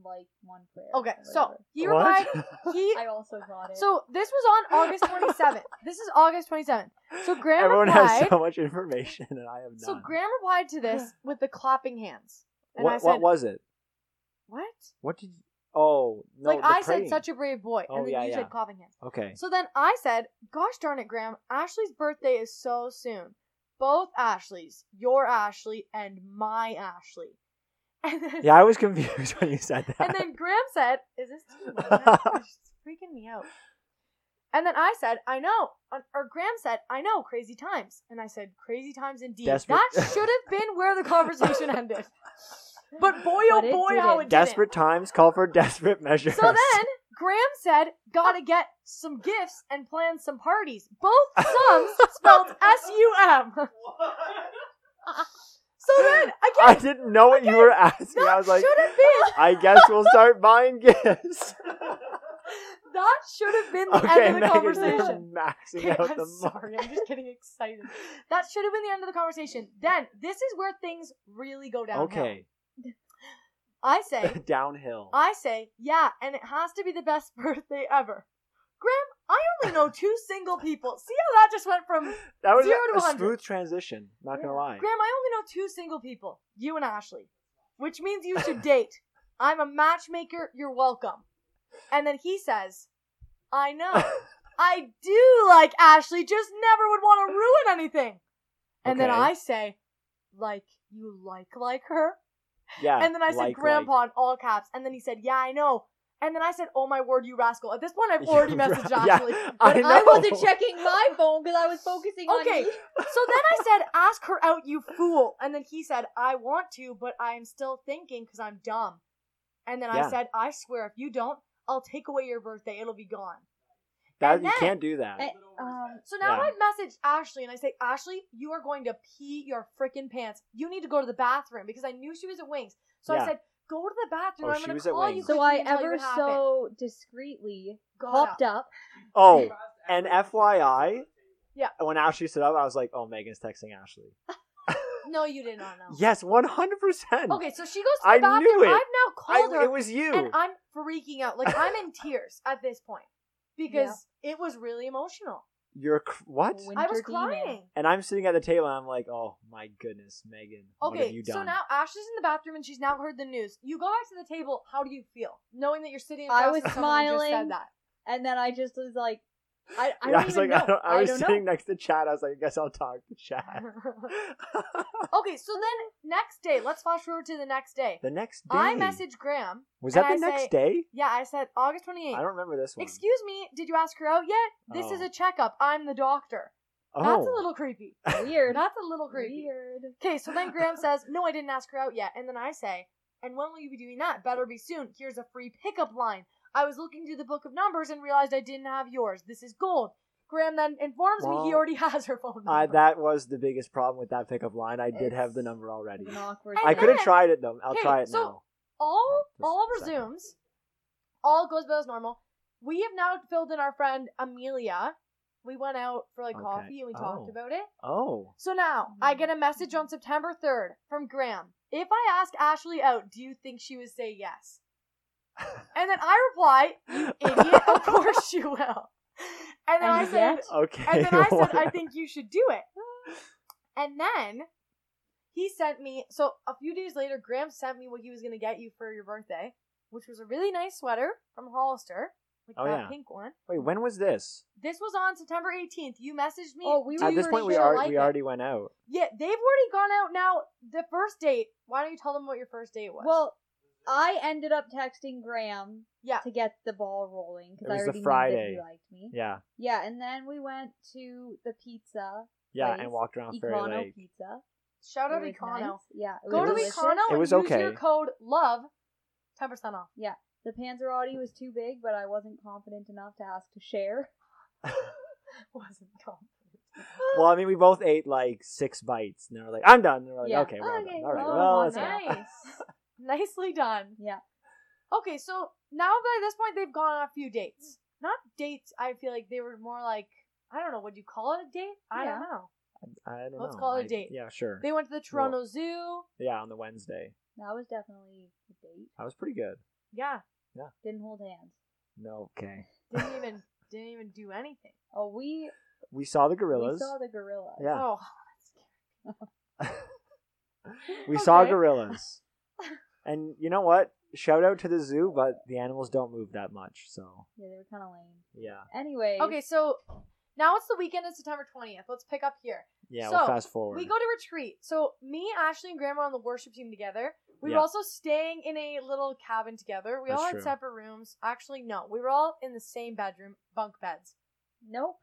Speaker 3: like one prayer. or
Speaker 2: Okay, so
Speaker 3: whatever.
Speaker 2: he replied.
Speaker 1: What?
Speaker 2: *laughs* He
Speaker 3: I *laughs* also got it.
Speaker 2: So this was on *laughs* August 27th. this is August 27th.
Speaker 1: *laughs*
Speaker 2: So Graham
Speaker 1: Everyone has
Speaker 2: replied.
Speaker 1: so much information, and I have none.
Speaker 2: So Graham replied to this *gasps* with the clapping hands. And
Speaker 1: what,
Speaker 2: I said,
Speaker 1: what was it?
Speaker 2: "What?"
Speaker 1: What did? You, oh, no,
Speaker 2: like
Speaker 1: the
Speaker 2: I
Speaker 1: praying.
Speaker 2: said, such a brave boy,
Speaker 1: Oh,
Speaker 2: and then
Speaker 1: yeah,
Speaker 2: you
Speaker 1: yeah.
Speaker 2: said clapping hands. *laughs*
Speaker 1: Okay.
Speaker 2: So then I said, "Gosh darn it, Graham! Ashley's birthday is so soon. Both Ashleys, your Ashley and my Ashley." *laughs* And then,
Speaker 1: Yeah, I was *laughs* confused when you said that.
Speaker 2: and then Graham said, "Is this too
Speaker 1: *laughs*
Speaker 2: loud? It's freaking me out." And then I said, "I know," or Graham said, "I know, crazy times." And I said, "Crazy times indeed."
Speaker 1: Desperate-
Speaker 2: That should have been where the
Speaker 1: *laughs*
Speaker 2: conversation ended. But boy, oh
Speaker 3: But it
Speaker 2: boy, how it
Speaker 3: didn't.
Speaker 1: desperate
Speaker 2: didn't.
Speaker 1: times call for desperate measures.
Speaker 2: So then Graham said, "Gotta get some gifts and plan some parties."
Speaker 1: *laughs*
Speaker 2: Both sums spelled S U M.
Speaker 1: *laughs*
Speaker 2: So then again,
Speaker 1: I didn't know what you were asking.
Speaker 2: that
Speaker 1: I was like,
Speaker 2: should have been
Speaker 1: *laughs* I guess we'll start buying
Speaker 2: *laughs*
Speaker 1: gifts. *laughs*
Speaker 2: that should have been the
Speaker 1: okay,
Speaker 2: end of the
Speaker 1: Megan, you're
Speaker 2: conversation.
Speaker 1: maxing
Speaker 2: Okay,
Speaker 1: out
Speaker 2: I'm
Speaker 1: the
Speaker 2: sorry. I'm
Speaker 3: *laughs*
Speaker 2: just getting excited. That should have been the end of the conversation. Then this is where things really go
Speaker 1: mo-
Speaker 2: downhill.
Speaker 1: Okay,
Speaker 2: I say,
Speaker 1: downhill.
Speaker 2: I say, yeah, and it has to be the best *laughs* birthday ever. Graham, I only know two single people. See how that just went from
Speaker 1: that was
Speaker 2: zero
Speaker 1: a-
Speaker 2: to
Speaker 1: a
Speaker 2: 100.
Speaker 1: smooth transition. Not gonna lie. *laughs*
Speaker 2: Graham, I only know two single people, you and Ashley, which means you
Speaker 1: *laughs*
Speaker 2: should date. I'm a matchmaker, you're welcome. And then he says, I know.
Speaker 1: *laughs*
Speaker 2: I do like Ashley, just never would want to ruin anything. And then
Speaker 1: Okay.
Speaker 2: I say, like, you like like her?
Speaker 1: yeah.
Speaker 2: And then I said,
Speaker 1: like,
Speaker 2: grandpa in all caps. And then he said, yeah, I know. And then I said, oh my word, you rascal. At this point,
Speaker 1: *laughs*
Speaker 2: I've
Speaker 1: like-
Speaker 2: already
Speaker 1: You're
Speaker 2: messaged
Speaker 1: right.
Speaker 2: Ashley.
Speaker 1: Yeah,
Speaker 3: But
Speaker 1: I, know.
Speaker 3: I, wasn't checking my phone because *laughs* I was focusing on
Speaker 1: *laughs*
Speaker 2: Okay.
Speaker 3: you.
Speaker 2: So then I said, "Ask her out, you fool." And then he said, "I want to, but I am still thinking because I'm dumb." And then
Speaker 1: Yeah.
Speaker 2: I said, "I swear, if you don't, I'll take away your birthday. It'll be gone."
Speaker 1: That,
Speaker 2: and
Speaker 1: you
Speaker 2: then-
Speaker 1: can't do that.
Speaker 3: Eh, um,
Speaker 2: So now
Speaker 1: Yeah.
Speaker 2: I message Ashley and I say, "Ashley, you are going to pee your freaking pants. You need to go to the bathroom because I knew she was at Wings." So
Speaker 1: Yeah.
Speaker 2: I said, "Go to the bathroom.
Speaker 1: Oh,
Speaker 2: I'm
Speaker 1: she
Speaker 2: going
Speaker 1: was
Speaker 2: to
Speaker 1: at
Speaker 2: call you."
Speaker 1: Wings.
Speaker 3: so
Speaker 2: quickly
Speaker 3: I
Speaker 2: and tell you
Speaker 3: ever
Speaker 2: what happened."
Speaker 3: so discreetly
Speaker 2: Got
Speaker 3: popped
Speaker 2: up.
Speaker 3: up.
Speaker 1: oh, and FYI.
Speaker 2: Yeah.
Speaker 1: When Ashley stood up, I was like, "Oh, Megan's texting Ashley."
Speaker 2: No, you did not know.
Speaker 1: Yes, one hundred percent.
Speaker 2: Okay, so she goes to the
Speaker 1: I
Speaker 2: bathroom.
Speaker 1: knew it.
Speaker 2: I've now called her.
Speaker 1: it was you.
Speaker 2: And I'm freaking out. Like I'm in tears at this point because it was really emotional.
Speaker 1: You're cr- what?
Speaker 3: When-
Speaker 2: I was
Speaker 3: Winter demon.
Speaker 2: crying.
Speaker 1: And I'm sitting at the table and I'm like, oh my goodness, Megan, what have
Speaker 2: Okay,
Speaker 1: you done? *laughs*
Speaker 2: so now Ash is in the bathroom and she's now heard the news. You go back to the table. How do you feel knowing that you're sitting?
Speaker 3: I
Speaker 2: across
Speaker 3: was
Speaker 2: from someone who just said
Speaker 3: smiling.
Speaker 2: that.
Speaker 3: And then I just was like, I, I
Speaker 1: Yeah,
Speaker 3: don't
Speaker 1: I was like,
Speaker 3: even know.
Speaker 1: I, don't, I was
Speaker 3: don't
Speaker 1: sitting
Speaker 3: know.
Speaker 1: next to Chad. I was like, I guess I'll talk to Chad.
Speaker 2: *laughs* okay, so then next day, let's flash forward to the next day.
Speaker 1: *laughs* the next day.
Speaker 2: *laughs* I message Graham.
Speaker 1: Was that the
Speaker 2: and I
Speaker 1: next
Speaker 2: say-
Speaker 1: day?
Speaker 2: Yeah, I said August 28th.
Speaker 1: I don't remember this one.
Speaker 2: Excuse me, did you ask her out yet? This is
Speaker 1: Oh.
Speaker 2: a checkup. I'm the doctor. That's a little creepy.
Speaker 3: *laughs* Weird.
Speaker 2: That's a little creepy.
Speaker 3: Weird.
Speaker 2: Okay, so then
Speaker 1: *laughs*
Speaker 2: Graham says, No, I didn't ask her out yet. And then I say, And when will you be doing that? Better be soon. Here's a free pickup line. I was looking through the book of numbers and realized I didn't have yours. This is gold. Graham then informs me he
Speaker 1: Well,
Speaker 2: already *laughs* has her phone number.
Speaker 1: I, that was the biggest problem with that pickup line. I did have the
Speaker 3: It's-
Speaker 1: number already.
Speaker 3: It's an awkward.
Speaker 2: I
Speaker 1: I
Speaker 3: thing.
Speaker 1: could have
Speaker 2: then-
Speaker 1: tried it though. I'll
Speaker 2: okay,
Speaker 1: try it
Speaker 2: so-
Speaker 1: now.
Speaker 2: all
Speaker 1: Just
Speaker 2: all
Speaker 1: a second.
Speaker 2: resumes. All goes about as normal. We have now filled in our friend Amelia. We went out for like
Speaker 1: Okay.
Speaker 2: coffee and we talked
Speaker 1: Oh.
Speaker 2: about it.
Speaker 1: Oh, *laughs*
Speaker 2: So now I get a message on September 3rd from Graham. If I ask Ashley out, do you think she would say yes? And then I reply, "You idiot, of course she will. And then
Speaker 3: And
Speaker 2: I said,
Speaker 3: yet-
Speaker 1: *laughs* okay.
Speaker 2: and then I
Speaker 1: *laughs*
Speaker 2: said, I
Speaker 1: what-
Speaker 2: think you should do it. And then he sent me, so a few days later, Graham sent me what he was going to get you for your birthday, which was a really nice sweater from Hollister, like
Speaker 1: Oh,
Speaker 2: that
Speaker 1: yeah.
Speaker 2: pink one.
Speaker 1: Wait, when was this?
Speaker 2: This was on September 18th. You messaged me.
Speaker 3: Oh, we
Speaker 2: "Do
Speaker 1: At
Speaker 2: you
Speaker 1: this point, we
Speaker 2: still
Speaker 1: are
Speaker 2: like
Speaker 1: we
Speaker 2: it?"
Speaker 1: already went out.
Speaker 2: Yeah, they've already gone out now. The first date. Why don't you tell them what your first date was?
Speaker 3: Well, I ended up texting Graham
Speaker 2: yeah.
Speaker 3: to get the ball rolling
Speaker 1: It
Speaker 3: because I
Speaker 1: was the
Speaker 3: already knew that
Speaker 1: Friday.
Speaker 3: he liked me. Yeah.
Speaker 1: Yeah,
Speaker 3: and then we went to the pizza,
Speaker 1: yeah,
Speaker 3: Place,
Speaker 1: and walked around Ferry
Speaker 3: Econo
Speaker 1: Lake.
Speaker 3: Pizza.
Speaker 2: Shout out
Speaker 3: It was
Speaker 2: Econo.
Speaker 3: nice. Yeah, it
Speaker 2: Go
Speaker 3: was
Speaker 2: to
Speaker 1: delicious.
Speaker 2: Econo
Speaker 1: It
Speaker 2: and
Speaker 1: was
Speaker 2: use
Speaker 1: okay.
Speaker 2: your code LOVE, ten percent off.
Speaker 3: The Panzerati was too big, but I wasn't confident enough to ask to share. *laughs*
Speaker 2: *laughs* Wasn't confident.
Speaker 1: Well, I mean, we both ate like six bites, and they were like, "I'm done." And we're like,
Speaker 3: Yeah.
Speaker 1: "Okay, well
Speaker 3: Okay,
Speaker 1: done. All right,
Speaker 3: well,
Speaker 1: well,
Speaker 3: I'm
Speaker 1: that's
Speaker 3: done.
Speaker 1: enough."
Speaker 2: nice,
Speaker 3: *laughs*
Speaker 2: nicely done.
Speaker 3: Yeah.
Speaker 2: Okay, so now by this point they've gone on a few dates. Not dates. I feel like they were more like I don't know. Would you call it a date? I
Speaker 3: Yeah.
Speaker 2: don't know.
Speaker 1: I don't
Speaker 2: Let's
Speaker 1: know.
Speaker 2: call it a
Speaker 1: I-
Speaker 2: date.
Speaker 1: Yeah, sure.
Speaker 2: They went to the Toronto Zoo.
Speaker 1: Yeah, on the Wednesday,
Speaker 3: That was definitely a date.
Speaker 1: that was pretty good.
Speaker 2: Yeah,
Speaker 3: Didn't hold hands.
Speaker 1: No, okay.
Speaker 2: didn't even
Speaker 3: *laughs*
Speaker 2: didn't even do anything.
Speaker 3: Oh, we
Speaker 1: We saw the gorillas.
Speaker 3: we saw the gorilla.
Speaker 1: Yeah. *laughs*
Speaker 2: Oh,
Speaker 1: We saw
Speaker 2: Okay. *laughs*
Speaker 1: gorillas. and you know what? Shout out to the zoo, but the animals don't move that much, so
Speaker 3: Yeah, they were kind of lame.
Speaker 1: yeah.
Speaker 3: Anyway,
Speaker 2: Okay, so now it's the weekend of September 20th. Let's pick up here.
Speaker 1: Yeah,
Speaker 2: So,
Speaker 1: we'll fast forward.
Speaker 2: We go to retreat. So me, Ashley, and Grandma on the worship team together. We
Speaker 1: Yeah.
Speaker 2: were also staying in a little cabin together. We
Speaker 1: That's
Speaker 2: all had
Speaker 1: true.
Speaker 2: separate rooms. Actually, no, we were all in the same bedroom, bunk beds.
Speaker 3: nope.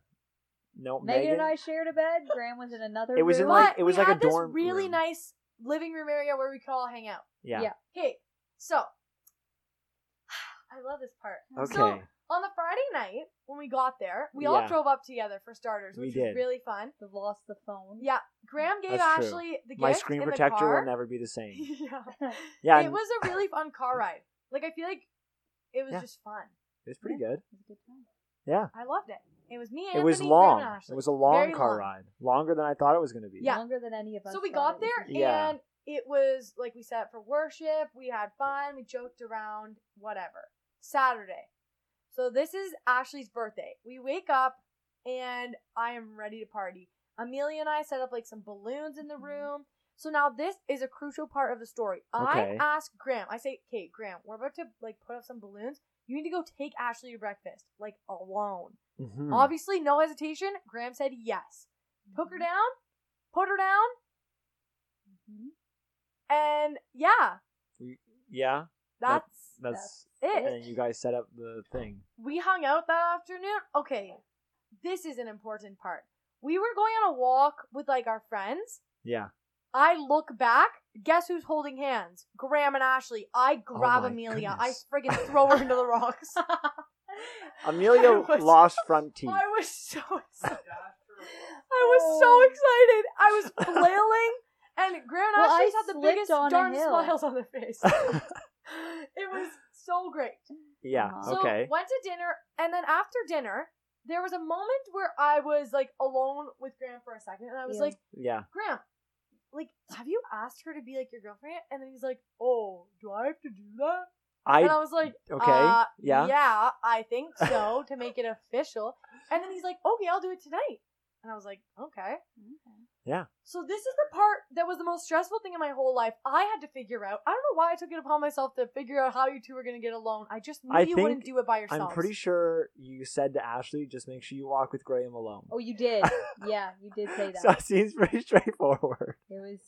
Speaker 1: no,
Speaker 3: Megan,
Speaker 1: Oh, Megan.
Speaker 3: and I shared a bed. Graham was in another.
Speaker 1: It was in
Speaker 3: room.
Speaker 1: like-
Speaker 2: But
Speaker 1: it was
Speaker 2: we
Speaker 1: like a
Speaker 2: had this
Speaker 1: dorm
Speaker 2: really
Speaker 1: room.
Speaker 2: nice living room area where we could all hang out.
Speaker 1: yeah.
Speaker 3: yeah.
Speaker 2: Okay, so *sighs* I love this part.
Speaker 1: Okay.
Speaker 2: So on the Friday night when we got there, we all
Speaker 1: Yeah.
Speaker 2: drove up together for starters,
Speaker 1: We
Speaker 2: which was
Speaker 1: did.
Speaker 2: really fun.
Speaker 3: We've lost the phone.
Speaker 2: Yeah, Graham gave
Speaker 1: That's true.
Speaker 2: Ashley the gift
Speaker 1: My screen
Speaker 2: in the
Speaker 1: protector
Speaker 2: car.
Speaker 1: will never be the
Speaker 2: *laughs*
Speaker 1: same.
Speaker 2: yeah.
Speaker 1: *laughs* Yeah,
Speaker 2: it
Speaker 1: and
Speaker 2: was a really fun
Speaker 1: *laughs*
Speaker 2: car ride. Like I feel like it was
Speaker 1: Yeah.
Speaker 2: just fun.
Speaker 1: it was pretty good.
Speaker 3: It was a good time.
Speaker 2: I loved it. It was me.
Speaker 1: it was
Speaker 2: Anthony, Graham, and
Speaker 1: long.
Speaker 2: Ashley.
Speaker 1: It was a long
Speaker 2: Very
Speaker 1: car
Speaker 2: long.
Speaker 1: ride. Longer than I thought it was going to be.
Speaker 2: Yeah.
Speaker 3: Longer than any of us.
Speaker 2: So we got
Speaker 3: thought it
Speaker 2: there
Speaker 3: would be.
Speaker 1: Yeah.
Speaker 2: and it was like we sat for worship. We had fun. We joked around. Whatever. Saturday. So this is Ashley's birthday. We wake up and I am ready to party. Amelia and I set up like some balloons in the
Speaker 3: Mhm.
Speaker 2: room. So now this is a crucial part of the story.
Speaker 1: Okay.
Speaker 2: I ask Graham, I say, "Okay, Graham, we're about to like put up some balloons. You need to go take Ashley to breakfast, like alone."
Speaker 1: Mhm.
Speaker 2: Obviously, no hesitation. Graham said yes. *laughs* Took
Speaker 3: Mm-hmm.
Speaker 2: her down, put her down,
Speaker 3: Mhm.
Speaker 2: and yeah,
Speaker 1: Yeah. That-
Speaker 2: that's
Speaker 1: That's, *laughs*
Speaker 2: it.
Speaker 1: and then you guys set up the thing.
Speaker 2: we hung out that afternoon. Okay, this is an important part. We were going on a walk with like our friends.
Speaker 1: Yeah.
Speaker 2: I look back. Guess who's holding hands? Graham and Ashley. I grab
Speaker 1: Oh my
Speaker 2: Amelia.
Speaker 1: goodness.
Speaker 2: I friggin' throw her
Speaker 1: *laughs*
Speaker 2: into the rocks.
Speaker 1: *laughs* Amelia
Speaker 2: *laughs* I was-
Speaker 1: lost front teeth.
Speaker 2: I was so excited. *laughs* I was
Speaker 1: Oh.
Speaker 2: so excited.
Speaker 1: *laughs*
Speaker 2: I was flailing, and Graham and
Speaker 3: Well,
Speaker 2: Ashley
Speaker 3: I
Speaker 2: had the
Speaker 3: slipped
Speaker 2: biggest
Speaker 3: on a
Speaker 2: darn
Speaker 3: hill.
Speaker 2: smiles on their
Speaker 1: *laughs*
Speaker 2: face. *laughs* it was so great.
Speaker 1: yeah.
Speaker 3: Uh-huh.
Speaker 2: So
Speaker 1: Okay.
Speaker 2: went to dinner, and then after dinner, there was a moment where I was like alone with Graham for a second, and I was
Speaker 3: Yeah.
Speaker 2: like,
Speaker 1: Yeah.
Speaker 2: Graham, like, have you asked her to be like your girlfriend? yet?" And then he's like, Oh, do I have to do that?
Speaker 1: I
Speaker 2: and I was like,
Speaker 1: okay.
Speaker 2: uh,
Speaker 1: yeah.
Speaker 2: yeah, I
Speaker 1: *laughs*
Speaker 2: think so to make it official. And then he's like, Okay, I'll do it tonight. And I was like, Okay.
Speaker 3: Okay.
Speaker 2: So this is the part that was the most stressful thing in my whole life. I had to figure out. I don't know why I took it upon myself to figure out how you two were gonna get alone. I just knew
Speaker 1: I
Speaker 2: you wouldn't
Speaker 1: think-
Speaker 2: do it by yourself.
Speaker 1: I'm pretty sure you said to Ashley, just make sure you walk with Graham alone.
Speaker 3: Oh, you
Speaker 1: *laughs*
Speaker 3: did. yeah, you did say that.
Speaker 1: So it seems pretty *laughs* straightforward.
Speaker 3: it was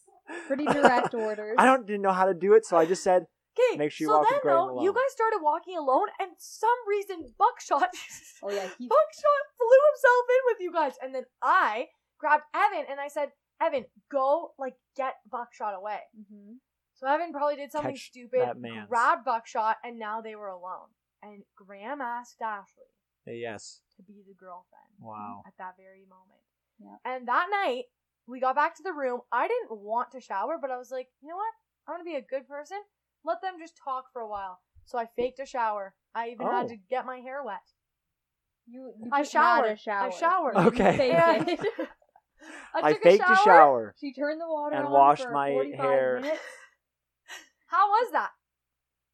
Speaker 3: pretty direct orders.
Speaker 1: *laughs* I don't didn't know how to do it, so I just said,
Speaker 2: Okay,
Speaker 1: Make sure you
Speaker 2: so
Speaker 1: walk with
Speaker 2: then
Speaker 1: Graham
Speaker 2: though, you
Speaker 1: alone.
Speaker 2: guys started walking alone, and some reason Buckshot, *laughs*
Speaker 3: Oh yeah,
Speaker 1: *laughs*
Speaker 3: he
Speaker 2: Buckshot flew himself in with you guys, and then I, grabbed Evan and I said, Evan, go like get Buckshot away.
Speaker 3: Mm-hmm.
Speaker 2: So Evan probably did something
Speaker 1: Catch
Speaker 2: stupid,
Speaker 1: that man's.
Speaker 2: grabbed Buckshot, and now they were alone. And Graham asked Ashley
Speaker 1: Yes.
Speaker 2: to be the girlfriend.
Speaker 1: Wow.
Speaker 2: At that very moment.
Speaker 3: Yeah.
Speaker 2: And that night, we got back to the room. I didn't want to shower, but I was like, you know what? I'm gonna be a good person. Let them just talk for a while. So I faked a shower. I even
Speaker 1: Oh.
Speaker 2: had to get my hair wet.
Speaker 3: You, you
Speaker 2: I
Speaker 3: took not a
Speaker 2: showered. I showered.
Speaker 3: You
Speaker 1: Okay.
Speaker 3: faked
Speaker 1: *laughs*
Speaker 3: it.
Speaker 2: I,
Speaker 1: I
Speaker 2: took
Speaker 1: faked
Speaker 2: a
Speaker 1: a
Speaker 2: shower.
Speaker 1: shower.
Speaker 3: *laughs* She turned the water
Speaker 1: And
Speaker 3: on
Speaker 1: washed
Speaker 3: for
Speaker 1: my
Speaker 3: 45
Speaker 1: hair.
Speaker 3: Minutes.
Speaker 2: How was that?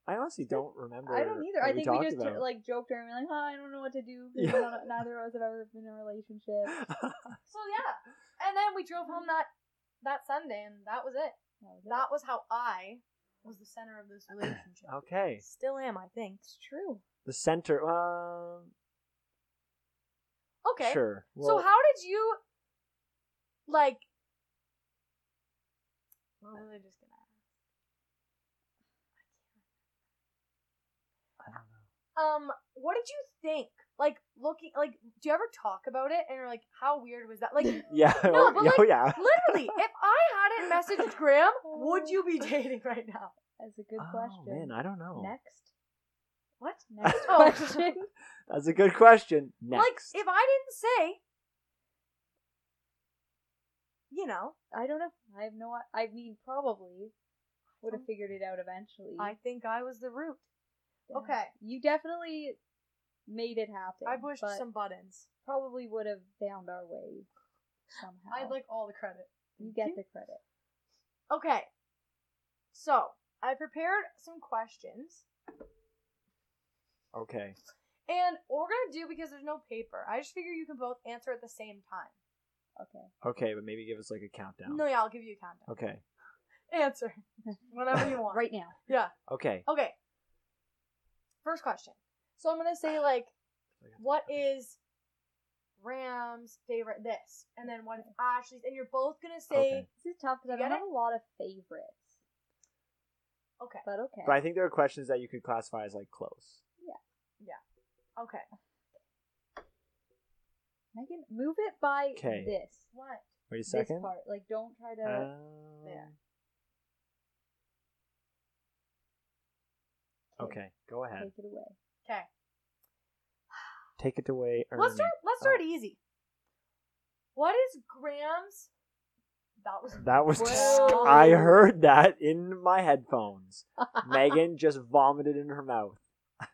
Speaker 1: I honestly don't remember.
Speaker 3: I don't either.
Speaker 1: what
Speaker 3: I think
Speaker 1: talked
Speaker 3: we just
Speaker 1: about.
Speaker 3: like joked around, like, "Huh, I don't know what to do." 'cause
Speaker 1: Yeah.
Speaker 3: we don't- neither of us have ever been in a relationship.
Speaker 1: *laughs*
Speaker 2: So yeah. And then we drove home that that Sunday and that was it.
Speaker 3: No, that-
Speaker 2: That was how I was the center of this
Speaker 1: *clears throat*
Speaker 2: relationship.
Speaker 1: okay.
Speaker 2: Still am, I think.
Speaker 3: It's true.
Speaker 1: The center. Um.
Speaker 2: Okay.
Speaker 1: Sure.
Speaker 2: so
Speaker 1: Well,
Speaker 2: how did you like I'm really just gonna
Speaker 1: I don't know.
Speaker 2: um what did you think like looking like do you ever talk about it and you're like how weird
Speaker 1: *laughs*
Speaker 2: was that like
Speaker 1: Yeah.
Speaker 2: No, but,
Speaker 1: oh,
Speaker 2: like,
Speaker 1: yeah.
Speaker 2: literally if i hadn't
Speaker 1: *laughs*
Speaker 2: messaged graham would you be dating right now
Speaker 3: That's a good
Speaker 1: oh
Speaker 3: question.
Speaker 1: man, I don't know.
Speaker 3: Next,
Speaker 1: *laughs*
Speaker 2: what
Speaker 3: next
Speaker 2: Oh.
Speaker 3: question.
Speaker 1: That's a good question. Next.
Speaker 2: like if i didn't say you know
Speaker 3: I don't know. I have no. I mean, probably would
Speaker 1: Oh.
Speaker 3: have figured it out eventually.
Speaker 2: i think i was the root
Speaker 3: Yeah.
Speaker 2: okay.
Speaker 3: you definitely made it happen.
Speaker 2: i pushed
Speaker 3: but
Speaker 2: some buttons
Speaker 3: Probably would have found our way somehow.
Speaker 2: i'd like all the credit
Speaker 3: you get
Speaker 2: Thank
Speaker 3: the credit.
Speaker 2: Okay. So, I prepared some questions.
Speaker 1: okay.
Speaker 2: And what we're going to do, because there's no paper, I just figure you can both answer at the same time.
Speaker 3: Okay.
Speaker 1: Okay, but maybe give us like a countdown.
Speaker 2: No, yeah, I'll give you a countdown.
Speaker 1: Okay.
Speaker 3: *laughs*
Speaker 2: Answer. Whatever you want.
Speaker 3: Right now.
Speaker 2: Yeah.
Speaker 1: Okay.
Speaker 2: Okay. First question. So, I'm going to *sighs* say, like, what is Ram's favorite this? And then what is Ashley's? And you're both going to say,
Speaker 1: Okay.
Speaker 3: This is tough because I
Speaker 2: You
Speaker 3: don't
Speaker 2: get
Speaker 3: have a lot of favorites.
Speaker 2: okay.
Speaker 3: But okay.
Speaker 1: But I think there are questions that you could classify as like close.
Speaker 2: Okay.
Speaker 3: Megan, move it by
Speaker 1: 'Kay.
Speaker 3: this.
Speaker 2: What?
Speaker 1: Wait a
Speaker 3: This
Speaker 1: second.
Speaker 3: part. Like, don't try to.
Speaker 1: Um,
Speaker 2: there.
Speaker 1: Okay, go ahead.
Speaker 3: Take it
Speaker 2: *laughs*
Speaker 3: away. *laughs*
Speaker 2: Okay.
Speaker 1: Take it away, Ernie.
Speaker 2: Let's start, let's start easy. What is Graham's. That was
Speaker 1: That was.
Speaker 3: Whoa.
Speaker 1: *laughs* I heard that in my headphones. Megan just vomited in her mouth. *laughs*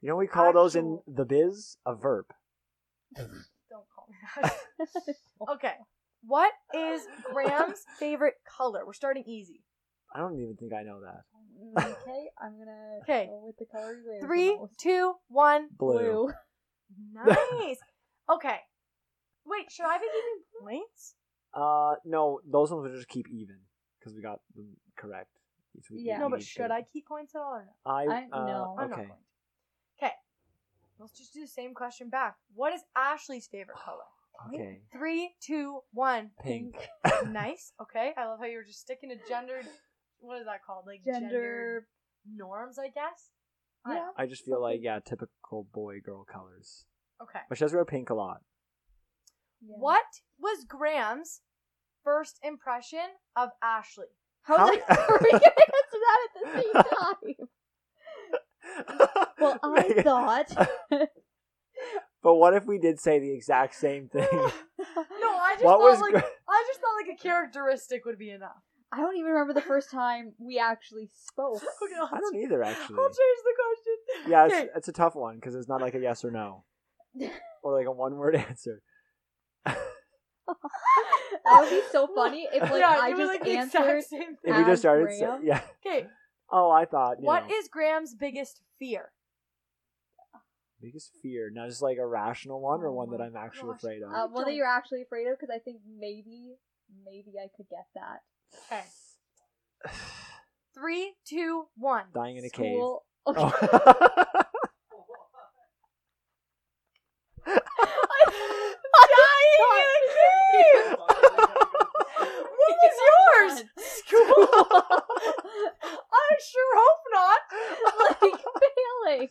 Speaker 1: You know what we call those in
Speaker 2: Actual-
Speaker 1: the biz a verb.
Speaker 2: Don't call me that. *laughs* okay. What is
Speaker 1: *laughs*
Speaker 2: Graham's favorite color? We're starting easy.
Speaker 1: I don't even think I know that.
Speaker 3: okay, I'm gonna
Speaker 2: 'Kay.
Speaker 3: go with the color you wear.
Speaker 2: Three, two, one.
Speaker 1: Blue. *laughs*
Speaker 2: Nice. Okay. Wait, should I be giving points?
Speaker 1: Uh, no, those ones will just keep even because we got them correct. Each week-
Speaker 3: Yeah.
Speaker 1: we
Speaker 2: no, but
Speaker 1: each
Speaker 2: should
Speaker 1: did.
Speaker 2: I keep points at all or no?
Speaker 1: I,
Speaker 3: I-
Speaker 1: uh,
Speaker 3: no.
Speaker 2: I'm not
Speaker 1: Okay.
Speaker 2: going to. Okay. Let's just do the same question back. What is Ashley's favorite color?
Speaker 1: Okay.
Speaker 2: Three, two, one.
Speaker 1: Pink.
Speaker 2: nice. Okay. I love how you were just sticking to gendered. What is that called? Like gendered
Speaker 3: Gender.
Speaker 2: norms, I guess. I
Speaker 3: Yeah.
Speaker 1: I just feel like yeah, typical boy girl colors.
Speaker 2: Okay.
Speaker 1: But she does wear pink a lot.
Speaker 3: Yeah.
Speaker 2: What *laughs* was Graham's first impression of Ashley?
Speaker 3: How
Speaker 1: How- *laughs*
Speaker 3: are we gonna answer that at the same *laughs* time?
Speaker 1: *laughs*
Speaker 3: Well, I
Speaker 1: Megan-
Speaker 3: thought.
Speaker 1: But what if we did say the exact same thing?
Speaker 2: *laughs*
Speaker 3: *laughs*
Speaker 2: No, I just
Speaker 1: what
Speaker 2: thought
Speaker 1: was
Speaker 2: like
Speaker 1: Gra-
Speaker 2: I just thought like a characteristic would
Speaker 1: *laughs*
Speaker 2: be enough. *laughs*
Speaker 3: I don't even remember the first time we actually spoke.
Speaker 2: Okay, I'll
Speaker 1: *laughs* I don't either
Speaker 2: I'll change
Speaker 1: actually.
Speaker 2: the question.
Speaker 1: Yeah, *laughs*
Speaker 2: Okay.
Speaker 1: it's, it's a tough one because it's not like a yes or no, or like a one word *laughs* answer.
Speaker 3: *laughs* That would be
Speaker 2: *laughs*
Speaker 3: so funny if like
Speaker 2: yeah,
Speaker 3: I
Speaker 2: you
Speaker 3: just
Speaker 2: were, like, the exact
Speaker 3: answered.
Speaker 2: same
Speaker 1: If
Speaker 2: thing.
Speaker 1: we
Speaker 3: As
Speaker 1: just started, sa-
Speaker 3: Graham?
Speaker 1: yeah. *laughs*
Speaker 2: Okay,
Speaker 1: Oh, I thought. You
Speaker 2: what
Speaker 1: know,
Speaker 2: is Graham's biggest fear?
Speaker 1: biggest fear? Not just like a rational one, or
Speaker 2: Oh
Speaker 1: one that
Speaker 2: my
Speaker 1: I'm actually
Speaker 2: gosh.
Speaker 1: afraid of.
Speaker 3: Uh, one that
Speaker 2: don't-
Speaker 3: you're actually afraid of, because I think maybe, maybe I could get that.
Speaker 1: *sighs*
Speaker 2: Okay, three, two, one.
Speaker 1: Dying in a
Speaker 3: School.
Speaker 1: cave.
Speaker 3: Okay.
Speaker 1: Oh. *laughs*
Speaker 2: Dying in a cave. What was yours? School. I sure hope not.
Speaker 3: *laughs* like failing.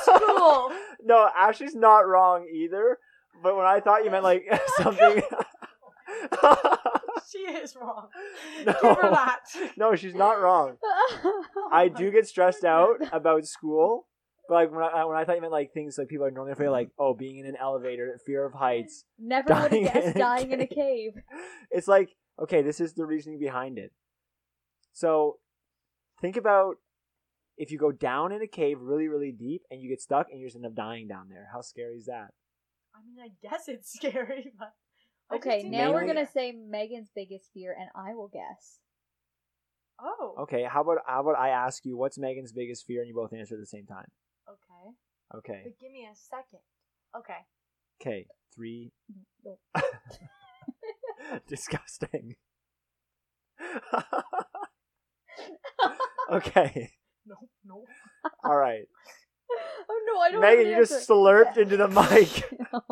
Speaker 2: School. *laughs*
Speaker 1: no, Ashley's not wrong either. But when I thought you meant like *laughs* something.
Speaker 2: she is wrong.
Speaker 1: No.
Speaker 2: Give her that.
Speaker 1: no, she's not wrong. I do get stressed out about school, but like when I when I thought you meant like things like people are normally afraid of, like oh being in an elevator, fear of heights.
Speaker 3: Never would
Speaker 1: dying
Speaker 3: have
Speaker 1: in
Speaker 3: guessed
Speaker 1: a
Speaker 3: dying in a cave.
Speaker 1: *laughs* It's like okay, this is the reasoning behind it. So think about if you go down in a cave really really deep and you get stuck and you just end up dying down there. How scary is that?
Speaker 2: I mean, I guess it's scary, but. I just
Speaker 3: Okay,
Speaker 2: didn't
Speaker 3: now
Speaker 2: know
Speaker 3: we're
Speaker 1: Mainly-
Speaker 3: gonna
Speaker 2: that.
Speaker 3: say Megan's biggest fear, and I will guess.
Speaker 2: Oh.
Speaker 1: Okay, how about how about I ask you what's Megan's biggest fear and you both answer at the same time?
Speaker 2: Okay.
Speaker 1: Okay.
Speaker 2: But give me a second. Okay.
Speaker 1: Okay. 3
Speaker 3: Nope.
Speaker 1: *laughs* Disgusting. *laughs* okay.
Speaker 2: No, no.
Speaker 1: All right.
Speaker 3: *laughs* oh no, I don't. have
Speaker 1: Megan,
Speaker 3: an
Speaker 1: you just
Speaker 3: answer.
Speaker 1: slurped into the
Speaker 2: *laughs*
Speaker 1: mic. *laughs*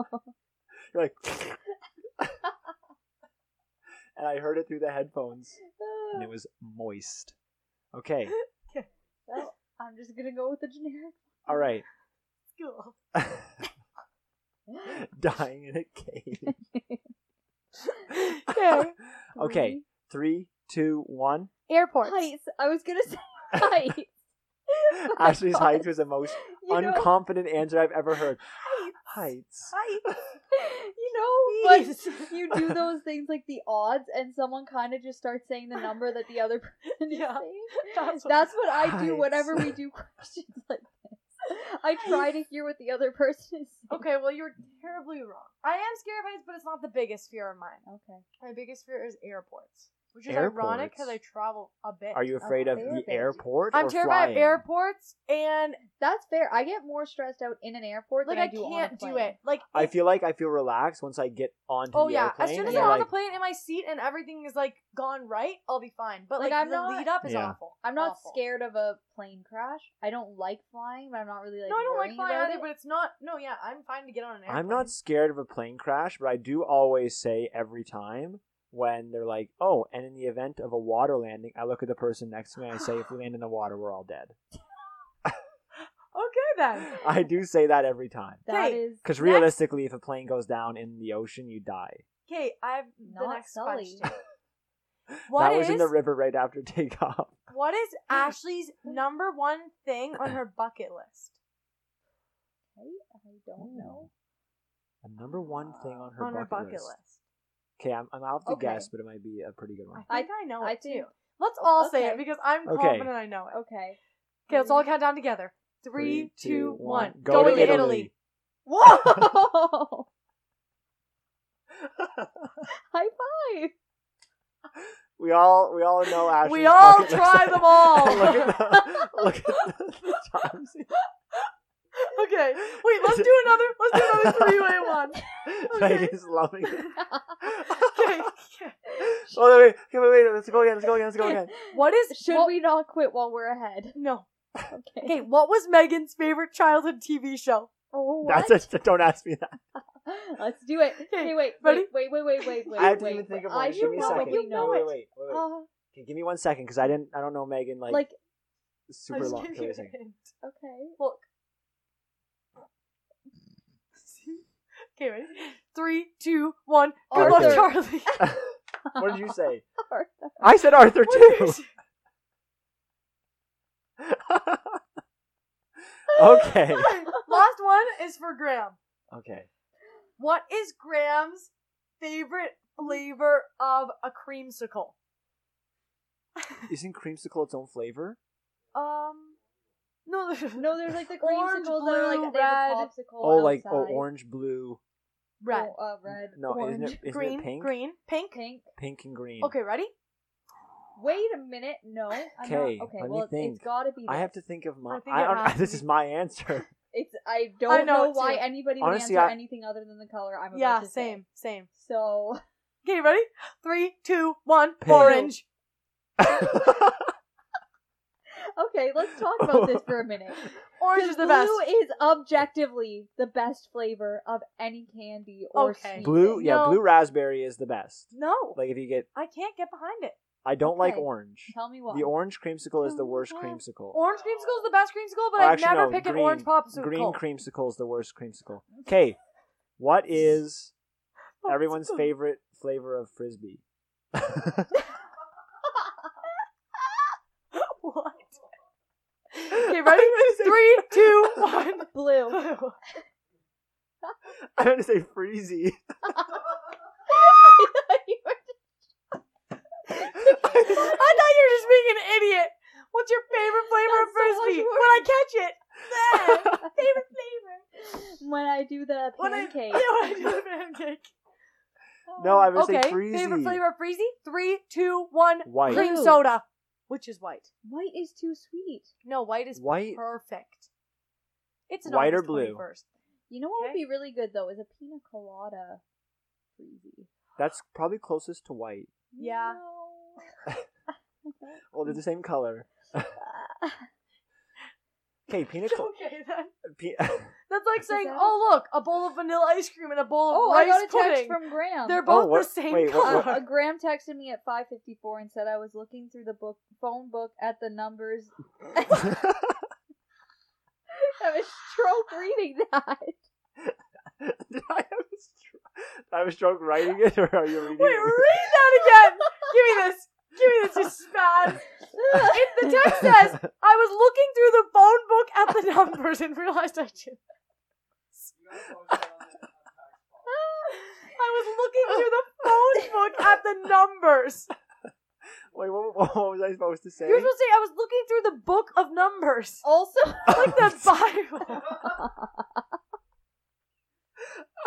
Speaker 1: You're like, *laughs* and I heard it through the headphones, and *laughs* it was moist. Okay,
Speaker 3: Well, I'm just gonna go with the generic.
Speaker 1: all right. *laughs*
Speaker 2: Cool.
Speaker 1: Dying in a cave.
Speaker 2: *laughs*
Speaker 3: Okay.
Speaker 1: Okay. Three, two,
Speaker 2: *laughs*
Speaker 1: one.
Speaker 2: Airport.
Speaker 3: Heights. I was gonna
Speaker 1: *laughs*
Speaker 3: say heights.
Speaker 2: Oh
Speaker 1: Ashley's heights was the most
Speaker 3: You know,
Speaker 1: unconfident answer I've ever heard. Heights.
Speaker 2: *laughs*
Speaker 3: you know, when
Speaker 2: Please.
Speaker 3: *laughs* you do those things like the odds, and someone kind of just starts saying the number that the other *laughs* person is
Speaker 2: Yeah.
Speaker 3: saying.
Speaker 2: *laughs* That's what-
Speaker 3: That's what I do
Speaker 1: Heights.
Speaker 3: whenever we do *laughs* questions like this. I try to hear what the other *laughs* person is saying.
Speaker 2: Okay, well, you're terribly wrong. I am scared of heights, but it's not the biggest fear of mine.
Speaker 3: Okay.
Speaker 2: My biggest fear is airports, which is ironic because I
Speaker 1: Airports?
Speaker 2: travel a bit.
Speaker 1: Are you afraid of
Speaker 3: Okay,
Speaker 1: the
Speaker 3: okay.
Speaker 1: airport?
Speaker 2: I'm
Speaker 1: or
Speaker 2: terrified
Speaker 1: flying?
Speaker 2: of airports, and
Speaker 3: That's fair. I get more stressed out in an airport
Speaker 2: like
Speaker 3: than
Speaker 2: I,
Speaker 3: I, do on a
Speaker 2: can't do
Speaker 3: plane.
Speaker 2: it. Like
Speaker 1: I
Speaker 2: if-
Speaker 1: feel like I feel relaxed once I get onto
Speaker 2: Oh
Speaker 1: the
Speaker 2: yeah,
Speaker 1: airplane.
Speaker 2: as soon
Speaker 1: and
Speaker 2: as I'm
Speaker 1: you're
Speaker 2: on the
Speaker 1: like,
Speaker 2: plane in my seat and everything is like gone right, I'll be fine. But like,
Speaker 3: Like, I'm
Speaker 2: the
Speaker 3: not-
Speaker 2: lead up is
Speaker 1: Yeah.
Speaker 2: awful.
Speaker 3: I'm not
Speaker 2: Awful.
Speaker 3: scared of a plane crash. I don't like flying, but I'm not really like.
Speaker 2: No, I don't like
Speaker 3: worrying
Speaker 2: flying
Speaker 3: about
Speaker 2: either,
Speaker 3: it.
Speaker 2: but it's not. No, yeah, I'm fine to get on an airplane.
Speaker 1: I'm not scared of a plane crash, but I do always say every time when they're like, "Oh, and in the event of a water landing," I look at the person next to me and I say, "If
Speaker 2: *gasps*
Speaker 1: we land in the water, we're all dead."
Speaker 2: *laughs* Okay then.
Speaker 1: *laughs* I do say that every time
Speaker 3: That
Speaker 2: Okay.
Speaker 3: is
Speaker 1: because
Speaker 2: Next-
Speaker 1: realistically, if a plane goes down in the ocean, you die.
Speaker 2: Okay, I have the
Speaker 3: Not
Speaker 2: next
Speaker 3: Sully. *laughs*
Speaker 2: question. *laughs* What
Speaker 1: that was in
Speaker 2: is-
Speaker 1: the river right after *laughs* takeoff. *laughs*
Speaker 2: What is Ashley's number one thing on her bucket list?
Speaker 3: I
Speaker 2: Mm,
Speaker 3: don't know.
Speaker 1: A number one thing on her
Speaker 2: on
Speaker 1: bucket,
Speaker 2: her bucket list.
Speaker 1: Okay, I'm, I'm out to
Speaker 3: Okay.
Speaker 1: guess, but it might be a pretty good one.
Speaker 2: I think I, know
Speaker 3: I
Speaker 2: it too.
Speaker 3: think-
Speaker 2: Let's all say it
Speaker 3: Okay.
Speaker 2: because I'm
Speaker 1: Okay.
Speaker 2: confident I know it.
Speaker 3: Okay.
Speaker 2: Okay, let's all count down together. Three, two, one.
Speaker 1: Go,
Speaker 2: Going
Speaker 1: to Italy.
Speaker 3: *laughs* Whoa! High five!
Speaker 1: We all we all know Ashley's
Speaker 2: we all
Speaker 1: bucket list.
Speaker 2: try
Speaker 1: *laughs*
Speaker 2: them all.
Speaker 1: look at the look at the, the times.
Speaker 2: *laughs* okay,
Speaker 3: *laughs*
Speaker 2: wait. Let's do another. Let's do another three-way *laughs* one.
Speaker 1: Megan's loving it. *laughs*
Speaker 2: Okay. okay.
Speaker 1: Oh no, wait, okay, wait, wait, let's go again, let's go again, let's go
Speaker 3: *laughs*
Speaker 1: again.
Speaker 2: What is
Speaker 3: Should
Speaker 2: what-
Speaker 3: we not quit while we're ahead?
Speaker 2: No.
Speaker 3: Okay.
Speaker 2: Okay. What was Megan's favorite childhood TV show?
Speaker 3: Oh, what?
Speaker 1: That's it. Don't ask me that.
Speaker 3: Let's do it. Okay, wait,
Speaker 2: ready?
Speaker 3: wait, wait, wait, wait, wait, wait.
Speaker 1: I have to
Speaker 3: wait,
Speaker 1: even think of
Speaker 3: I
Speaker 1: one.
Speaker 3: should
Speaker 1: Give me a
Speaker 3: probably
Speaker 1: second.
Speaker 2: You
Speaker 3: know
Speaker 1: wait,
Speaker 3: it.
Speaker 1: wait, wait, wait, wait.
Speaker 3: Uh,
Speaker 1: Okay, give me one second because I didn't I don't know Megan like,
Speaker 3: like,
Speaker 2: I
Speaker 1: super
Speaker 2: just
Speaker 1: long.
Speaker 2: gave
Speaker 1: Okay,
Speaker 2: you
Speaker 1: wait
Speaker 2: a
Speaker 1: a second.
Speaker 2: hint.
Speaker 3: okay.
Speaker 2: Look. okay, ready? Three, two, one. Good
Speaker 1: Arthur.
Speaker 2: luck,
Speaker 1: *laughs*
Speaker 2: Charlie.
Speaker 1: What did you say?
Speaker 3: *laughs* Arthur.
Speaker 1: I said Arthur
Speaker 2: What
Speaker 1: too.
Speaker 2: is-
Speaker 1: *laughs*
Speaker 3: *laughs*
Speaker 1: okay.
Speaker 2: *laughs* Last one is for Graham.
Speaker 1: Okay.
Speaker 2: What is Graham's favorite flavor of a creamsicle?
Speaker 1: Isn't creamsicle its own flavor?
Speaker 2: Um, no, *laughs*
Speaker 3: No, there's like the
Speaker 2: Orange,
Speaker 3: creamsicles that are
Speaker 2: blue,
Speaker 3: like they have a
Speaker 2: red.
Speaker 3: popsicle
Speaker 1: Oh, like oh,
Speaker 3: outside.
Speaker 1: orange, blue,
Speaker 2: red,
Speaker 3: Oh, uh, red.
Speaker 1: No, isn't
Speaker 3: orange,
Speaker 1: it, isn't
Speaker 2: green,
Speaker 1: it pink?
Speaker 2: green, pink.
Speaker 3: pink.
Speaker 1: Pink and green.
Speaker 2: Okay, ready?
Speaker 3: Wait a minute. No. I'm not-
Speaker 1: Okay,
Speaker 3: Okay.
Speaker 1: let me
Speaker 3: well, it's-
Speaker 1: think.
Speaker 3: it's got to be.
Speaker 1: I
Speaker 3: this.
Speaker 1: have to think of my.
Speaker 2: I think
Speaker 1: I,
Speaker 2: it has
Speaker 1: don't,
Speaker 2: to
Speaker 1: *laughs* this
Speaker 2: be-
Speaker 1: is my
Speaker 2: *laughs*
Speaker 1: answer.
Speaker 3: It's. I don't
Speaker 2: I know
Speaker 3: know,
Speaker 2: it
Speaker 3: why
Speaker 2: too.
Speaker 3: anybody
Speaker 1: Honestly,
Speaker 3: would answer
Speaker 1: I-
Speaker 3: anything other than the color I'm about
Speaker 2: Yeah,
Speaker 3: to say.
Speaker 2: same, same.
Speaker 3: So *laughs*
Speaker 2: Okay, ready? Three, two, one.
Speaker 1: Pink.
Speaker 2: Orange.
Speaker 3: okay, let's talk about this
Speaker 1: *laughs*
Speaker 3: for a minute.
Speaker 2: Orange is the
Speaker 3: blue
Speaker 2: best.
Speaker 3: is objectively the best flavor of any candy or
Speaker 2: Okay.
Speaker 3: sweet
Speaker 1: blue,
Speaker 3: thing.
Speaker 1: yeah,
Speaker 2: No.
Speaker 1: blue raspberry is the best.
Speaker 2: No,
Speaker 1: Like if you get,
Speaker 2: I can't get behind it.
Speaker 1: I don't like
Speaker 3: Okay.
Speaker 1: orange.
Speaker 3: Tell me why.
Speaker 1: The orange creamsicle is the worst
Speaker 2: What?
Speaker 1: creamsicle.
Speaker 2: Orange creamsicle is the best creamsicle, but
Speaker 1: Or
Speaker 2: I've
Speaker 1: Oh, actually,
Speaker 2: never
Speaker 1: no,
Speaker 2: picked an
Speaker 1: green-
Speaker 2: orange popsicle. *laughs*
Speaker 1: Green creamsicle is the worst creamsicle. Okay, What is
Speaker 2: Oh,
Speaker 1: everyone's
Speaker 2: so-
Speaker 1: favorite flavor of frisbee?
Speaker 2: *laughs* what? *laughs*
Speaker 1: *laughs*
Speaker 2: Okay, ready? Three, two, one.
Speaker 3: *laughs* Blue.
Speaker 2: Blue. *laughs*
Speaker 1: I meant to say
Speaker 2: *laughs*
Speaker 1: freezy. *laughs*
Speaker 2: I thought you were just being an idiot. What's your favorite flavor of
Speaker 3: That's so much
Speaker 2: frisbee?
Speaker 3: worse.
Speaker 2: when I catch it, then *laughs*
Speaker 3: favorite flavor. When I do the
Speaker 2: when I
Speaker 3: pancake. Oh,
Speaker 2: yeah, when I do the pancake.
Speaker 1: No, I would
Speaker 2: Okay,
Speaker 1: say freezy.
Speaker 2: favorite flavor of freezy? Three, two, one.
Speaker 1: White.
Speaker 2: Cream
Speaker 3: Blue.
Speaker 2: soda, which is white.
Speaker 3: White is too sweet.
Speaker 2: No, white is
Speaker 1: White.
Speaker 2: perfect. It's an
Speaker 1: White or
Speaker 2: August
Speaker 1: blue?
Speaker 2: 21st.
Speaker 3: You know what
Speaker 2: Okay.
Speaker 3: would be really good though is a pina colada. Freezy.
Speaker 1: That's probably closest to white.
Speaker 2: Yeah.
Speaker 3: No.
Speaker 2: *laughs*
Speaker 1: Well,
Speaker 2: Mm.
Speaker 1: they're the same color.
Speaker 2: Oh,
Speaker 1: Okay, pina
Speaker 2: *laughs*
Speaker 3: *laughs*
Speaker 1: colada.
Speaker 2: Okay then.
Speaker 1: Pe-
Speaker 2: That's like
Speaker 3: Is
Speaker 2: saying,
Speaker 3: that-
Speaker 2: oh look, a bowl of vanilla ice cream and a bowl of
Speaker 3: oh,
Speaker 2: rice
Speaker 3: I got a
Speaker 2: pudding.
Speaker 3: text from Graham.
Speaker 2: They're
Speaker 1: Oh,
Speaker 2: both
Speaker 1: what-
Speaker 2: the same
Speaker 1: wait, what- *laughs*
Speaker 2: color.
Speaker 1: what-
Speaker 3: Uh, Graham texted me at 5:54 and said I was looking through the book phone book at the numbers. *laughs* I was stroke reading that.
Speaker 1: Did I have a stroke? I have a stroke writing it, or are you reading
Speaker 2: Wait, read that again. Give me this. Give me this, you
Speaker 3: *laughs*
Speaker 2: spad. It, the
Speaker 1: *laughs*
Speaker 2: text says, I was looking through the phone book at
Speaker 3: *laughs*
Speaker 2: the numbers and realized I did. I was looking through the phone book at the numbers.
Speaker 1: Wait, what, what was I supposed to say?
Speaker 2: You were supposed to say, I was looking through the book of
Speaker 3: *laughs*
Speaker 2: numbers.
Speaker 3: also,
Speaker 2: Like the Bible.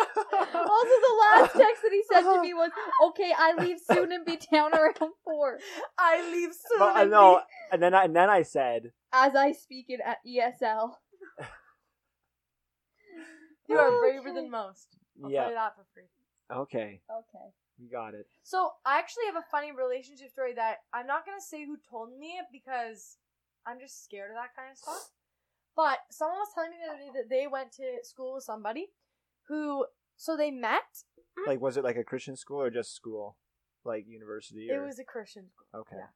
Speaker 1: *laughs*
Speaker 3: also the last text that he sent to me was, "Okay, I leave soon and be down around four
Speaker 2: I leave soon.
Speaker 1: But uh, I
Speaker 2: and
Speaker 1: know,
Speaker 2: leave-
Speaker 1: and then I, and then I said,
Speaker 3: as I speak it at E ESL."
Speaker 2: You are braver
Speaker 3: Okay.
Speaker 2: than most. I'll
Speaker 1: "Yeah,
Speaker 2: play that for free.
Speaker 1: okay,
Speaker 3: Okay.
Speaker 1: we got it."
Speaker 2: So I actually have a funny relationship story that I'm not gonna say who told me it because I'm just scared of that kind of stuff. But someone was telling me the other day that they went to school with somebody who so they met. Mm.
Speaker 1: Like, was it like a Christian school or just school, like university?
Speaker 2: It
Speaker 1: or-
Speaker 2: was a Christian school.
Speaker 1: okay.
Speaker 2: yeah.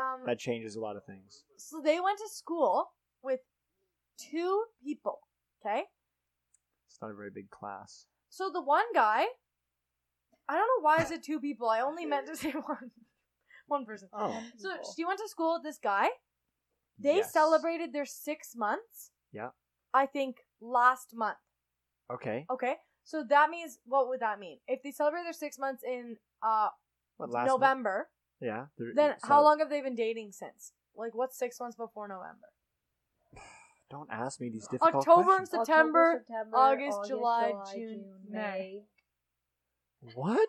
Speaker 2: Um
Speaker 1: That changes a lot of things.
Speaker 2: so they went to school with two people, okay?
Speaker 1: It's not a very big class.
Speaker 2: So the one guy I don't know why I said two people. I only meant to say *laughs* one one person.
Speaker 1: Oh,
Speaker 2: So
Speaker 3: People.
Speaker 2: she went to school with this guy. *gasps* They
Speaker 1: Yes.
Speaker 2: celebrated their six months.
Speaker 1: Yeah.
Speaker 2: I think last month.
Speaker 1: Okay,
Speaker 2: Okay. So that means what would that mean? If they celebrate their six months in uh
Speaker 1: what last month?
Speaker 2: November,
Speaker 1: Yeah. there-
Speaker 2: then
Speaker 1: so-
Speaker 2: how long have they been dating since? Like what's six months before November?
Speaker 1: Don't ask me these difficult
Speaker 2: October,
Speaker 1: questions.
Speaker 2: September,
Speaker 3: September,
Speaker 2: August, July, June, *laughs*
Speaker 1: What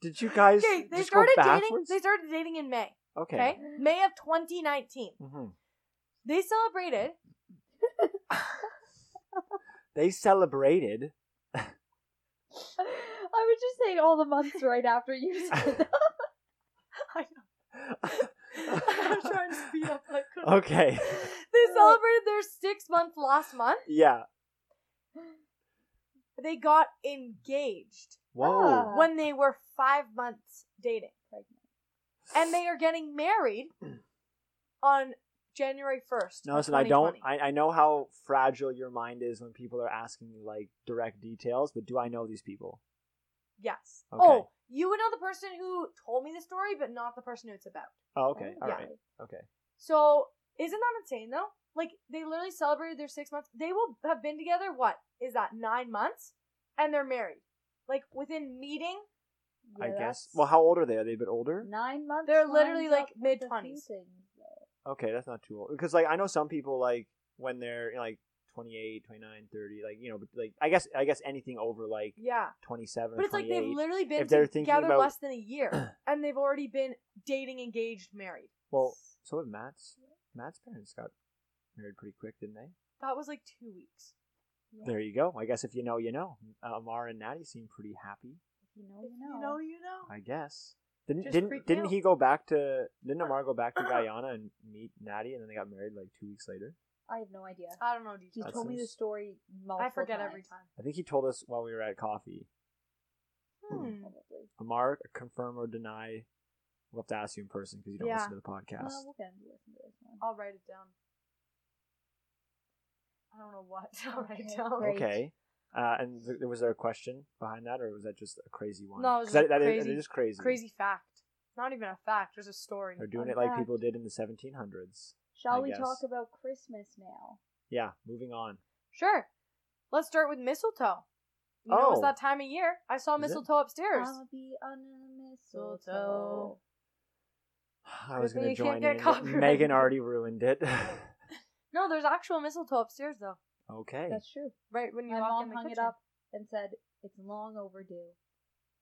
Speaker 1: did you guys?
Speaker 2: Okay, they
Speaker 1: just
Speaker 2: started
Speaker 1: go
Speaker 2: dating
Speaker 1: backwards?
Speaker 2: they started dating in May.
Speaker 1: okay.
Speaker 2: Okay. May of twenty nineteen.
Speaker 1: Mhm.
Speaker 2: They
Speaker 1: *laughs*
Speaker 2: celebrated
Speaker 1: They celebrated.
Speaker 3: *laughs*
Speaker 1: *laughs*
Speaker 3: I was just saying all the months right after you said that.
Speaker 2: I know. I'm trying to speed up like
Speaker 1: Okay.
Speaker 2: They celebrated their six month last month.
Speaker 1: Yeah.
Speaker 2: They got engaged.
Speaker 1: Whoa.
Speaker 3: Ah.
Speaker 2: when they were five months dating. And they are
Speaker 1: *clears throat*
Speaker 2: getting married on January 1st.
Speaker 1: No,
Speaker 2: of
Speaker 1: listen, I don't.
Speaker 2: 2020.
Speaker 1: I, I know how fragile your mind is when people are asking you like direct details, but do I know these people?
Speaker 2: Yes.
Speaker 1: Okay.
Speaker 2: Oh, you would know the person who told me the story, but not the person who it's about.
Speaker 1: Oh, okay.
Speaker 3: Oh,
Speaker 1: All
Speaker 2: yeah.
Speaker 1: right. Okay.
Speaker 2: So, isn't that insane, though? Like, they literally celebrated their six months. They will have been together, what is that, nine months? And they're married. Like, within meeting,
Speaker 1: *laughs* I
Speaker 3: Yeah,
Speaker 1: guess.
Speaker 3: that's
Speaker 1: Well, how old are they? Are they a bit older?
Speaker 3: nine months.
Speaker 2: They're literally,
Speaker 3: lines up
Speaker 2: like,
Speaker 3: with a few
Speaker 2: mid-twenties.
Speaker 3: things, though.
Speaker 1: Okay, that's not too old. Because like I know some people like when they're you know, like 28, 29, 30, like you know, but like I guess I guess anything over like
Speaker 2: yeah.
Speaker 1: 27
Speaker 2: But
Speaker 1: or
Speaker 2: it's like
Speaker 1: 28.
Speaker 2: they've literally been
Speaker 1: if they're thinking
Speaker 2: together
Speaker 1: about-
Speaker 2: less than
Speaker 1: *clears throat*
Speaker 2: a year, and they've already been dating, engaged, married.
Speaker 1: well, so did Matt's Matt's parents got married pretty quick, didn't they?
Speaker 2: That was like two weeks.
Speaker 1: There you go. I guess if you know, you know. Uh, Amar and Natty seem pretty happy.
Speaker 3: You know, you know.
Speaker 2: You know, you know.
Speaker 1: I guess. Didn't
Speaker 2: Just freak me
Speaker 1: didn't didn't
Speaker 2: out.
Speaker 1: he go back to didn't Amar go
Speaker 2: *clears throat*
Speaker 1: back to Guyana and meet Natty and then they got married like two weeks later?
Speaker 3: I have no idea.
Speaker 2: I don't know
Speaker 3: He
Speaker 2: details.
Speaker 1: That
Speaker 3: told me the
Speaker 1: seems-
Speaker 3: story multiple
Speaker 2: I forget
Speaker 3: times.
Speaker 2: every time.
Speaker 1: I think he told us while we were at coffee.
Speaker 2: Hmm.
Speaker 3: Probably.
Speaker 1: Amar, confirm or deny? We'll have to ask you in person because you don't
Speaker 2: Yeah.
Speaker 1: listen to the podcast.
Speaker 3: Well, we'll get him to listen to this one.
Speaker 2: I'll write it down. I don't know what. *laughs* I'll write it
Speaker 3: Okay,
Speaker 2: down.
Speaker 3: great.
Speaker 1: okay. Uh, and th- there was there a question behind that, or was that just a crazy one?
Speaker 2: No, it was
Speaker 1: 'Cause that,
Speaker 2: just
Speaker 1: that is-
Speaker 2: crazy-
Speaker 1: it is crazy.
Speaker 2: Crazy fact. Not even a fact. There's a story.
Speaker 1: They're doing
Speaker 3: Fun
Speaker 1: it like
Speaker 3: fact.
Speaker 1: people did in the 1700s.
Speaker 3: Shall
Speaker 1: I
Speaker 3: we
Speaker 1: guess.
Speaker 3: talk about Christmas now?
Speaker 1: Yeah, moving on. *sighs*
Speaker 2: Sure. Let's start with mistletoe. You know, it's
Speaker 1: Oh.
Speaker 2: that time of year. I saw
Speaker 1: Is it?
Speaker 2: mistletoe upstairs.
Speaker 3: I'll be under the mistletoe.
Speaker 2: Mistletoe.
Speaker 1: I was
Speaker 2: Good
Speaker 1: going to
Speaker 2: thing you
Speaker 1: join
Speaker 2: can't
Speaker 1: in.
Speaker 2: get
Speaker 1: but Megan
Speaker 2: copyrighted.
Speaker 1: already ruined it. *laughs*
Speaker 2: No, there's actual mistletoe upstairs though.
Speaker 1: okay.
Speaker 3: That's true.
Speaker 2: Right when you
Speaker 3: My
Speaker 2: walk
Speaker 3: mom
Speaker 2: in the
Speaker 3: hung
Speaker 2: kitchen.
Speaker 3: it up and said it's long overdue.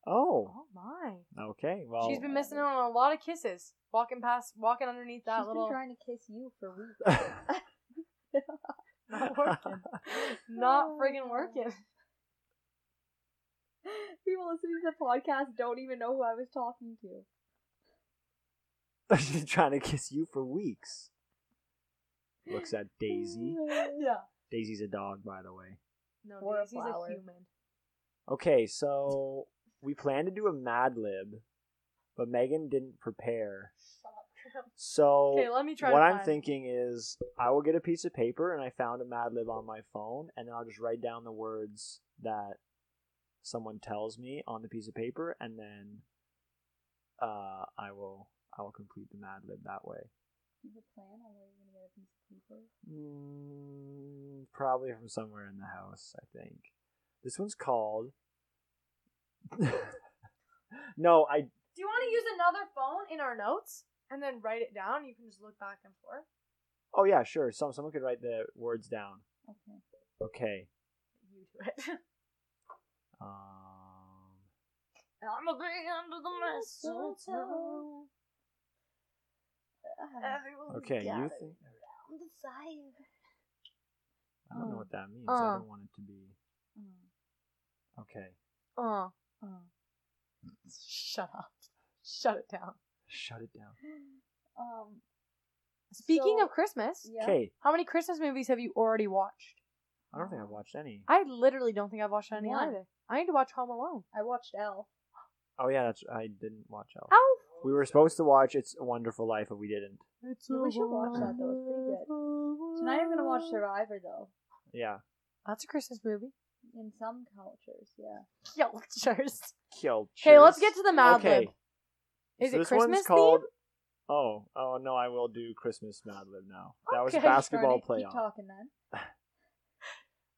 Speaker 1: Oh,
Speaker 2: Oh my.
Speaker 1: okay. Well, uh,
Speaker 2: She's been missing out on a lot of kisses. Walking past, walking underneath that
Speaker 3: She's
Speaker 2: little.
Speaker 3: been trying to kiss you for
Speaker 1: *laughs*
Speaker 3: weeks. *laughs*
Speaker 2: *laughs* Not working. Not friggin'
Speaker 3: *laughs*
Speaker 2: working.
Speaker 3: People listening to the podcast don't even know who I was talking to.
Speaker 1: She's been *laughs* trying to kiss you for weeks.
Speaker 3: *laughs*
Speaker 1: Looks at
Speaker 2: *laughs*
Speaker 1: Daisy.
Speaker 2: Yeah.
Speaker 1: Daisy's a dog, by the way.
Speaker 2: No,
Speaker 3: Or a
Speaker 2: Daisy's a
Speaker 3: flower.
Speaker 2: human.
Speaker 1: Okay, so we planned to do a Mad Lib, but Megan didn't prepare. So
Speaker 2: Okay, let me try.
Speaker 1: what
Speaker 2: to
Speaker 1: I'm
Speaker 2: find-
Speaker 1: thinking is I will get a piece of paper and I found a Mad Lib on my phone and I'll just write down the words that someone tells me on the piece of paper and then uh, I will I will complete the Mad Lib that way.
Speaker 3: You have a plan on where you're gonna get a piece of paper?
Speaker 1: Mm, probably from somewhere in the house, I think. This one's called *laughs* No, I
Speaker 2: Do you want to use another phone in our notes and then write it down? You can just look back and forth.
Speaker 1: Oh yeah, sure. Some someone could write the words down.
Speaker 3: Okay.
Speaker 1: Okay.
Speaker 2: You do it. *laughs*
Speaker 1: Um
Speaker 2: I'm a big under the mistletoe.
Speaker 3: Ah,
Speaker 2: Everyone
Speaker 1: Okay, you
Speaker 2: gathered
Speaker 1: think
Speaker 2: around the fire.
Speaker 1: I don't know
Speaker 3: Oh.
Speaker 1: what that means. I
Speaker 2: Uh.
Speaker 1: don't want it to be
Speaker 3: mm,
Speaker 1: Okay.
Speaker 2: Oh,
Speaker 3: mm.
Speaker 2: shut up. Shut it down.
Speaker 1: Shut it down.
Speaker 3: Um.
Speaker 2: Speaking
Speaker 3: so-
Speaker 2: of Christmas,
Speaker 3: yeah.
Speaker 1: Okay.
Speaker 2: how many Christmas movies have you already watched?
Speaker 1: I don't think I've watched any.
Speaker 2: I literally don't think I've watched any
Speaker 3: One.
Speaker 2: either. I need to watch Home Alone.
Speaker 3: I watched Elf.
Speaker 1: Oh yeah, that's I didn't watch Elf.
Speaker 2: How?
Speaker 1: We were supposed to watch It's a Wonderful Life, but we didn't.
Speaker 2: It's
Speaker 3: We should watch that, though. It's pretty good. Tonight I'm gonna watch Survivor though.
Speaker 1: Yeah.
Speaker 2: That's a Christmas movie.
Speaker 3: In some cultures,
Speaker 2: *laughs*
Speaker 3: yeah.
Speaker 2: Yelchers.
Speaker 1: Kill.
Speaker 2: Okay, let's get to the Mad
Speaker 1: Okay.
Speaker 2: Lib. Is
Speaker 1: So
Speaker 2: it
Speaker 1: this
Speaker 2: Christmas
Speaker 1: one's called. Oh, oh no! I will do Christmas Mad Lib now. That was a
Speaker 2: Okay,
Speaker 1: basketball
Speaker 3: Alright, Keep
Speaker 1: playoff.
Speaker 3: talking then.
Speaker 2: theme?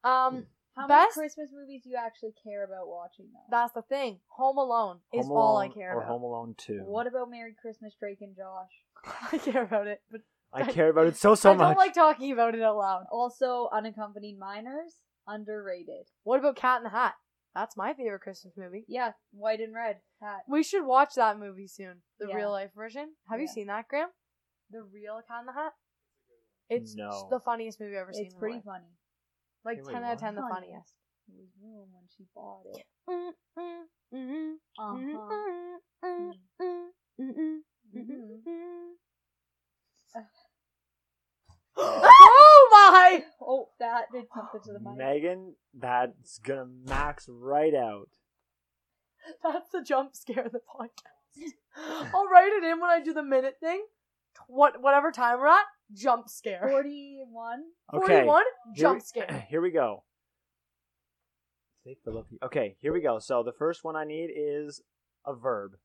Speaker 2: Um,
Speaker 3: How
Speaker 2: Best-
Speaker 3: many Christmas movies do you actually care about watching though?
Speaker 2: that's the thing. Home Alone is
Speaker 1: Home
Speaker 2: all I
Speaker 1: Alone
Speaker 2: care
Speaker 1: or
Speaker 2: about.
Speaker 1: Home Alone Two.
Speaker 3: What about Merry Christmas, Drake and Josh?
Speaker 2: *laughs* I care about it, but
Speaker 1: *laughs* I care about it so so
Speaker 2: *laughs* I don't
Speaker 1: much.
Speaker 2: like talking about it out loud.
Speaker 3: Also, unaccompanied minors, underrated.
Speaker 2: What about Cat in the Hat? That's my favorite Christmas movie.
Speaker 3: Yeah, white and red hat.
Speaker 2: We should watch that movie soon. The
Speaker 3: Yeah.
Speaker 2: real life version. Have you
Speaker 3: Yeah.
Speaker 2: seen that, Graham? The real Cat in the Hat. It's
Speaker 1: No.
Speaker 2: the funniest movie I've ever seen.
Speaker 3: It's
Speaker 2: in my
Speaker 3: pretty
Speaker 2: life.
Speaker 3: funny.
Speaker 2: like
Speaker 1: Hey, wait,
Speaker 2: ten out of
Speaker 1: what?
Speaker 2: ten. The
Speaker 3: Funny.
Speaker 2: funniest.
Speaker 3: It was ruined when she bought it.
Speaker 2: Mm, mm, mm,
Speaker 3: Uh-huh.
Speaker 2: mm, mm,
Speaker 3: Mm.
Speaker 2: mm, mm, mm, mm,
Speaker 3: Mhm.
Speaker 2: mm.
Speaker 1: Oh.
Speaker 2: Oh my!
Speaker 3: *laughs* Oh, that did something to the mic.
Speaker 1: Megan, that's gonna max right out. *clears throat*
Speaker 2: That's the jump scare of the podcast. I'll write it in when I do the minute thing. What whatever time we're at, jump scare.
Speaker 3: 41.
Speaker 1: Okay.
Speaker 2: Forty-one
Speaker 1: here we-
Speaker 2: jump
Speaker 1: *clears throat*
Speaker 2: scare.
Speaker 1: Here we go. Say Philippi- Okay, here we go. So the first one I need is a verb.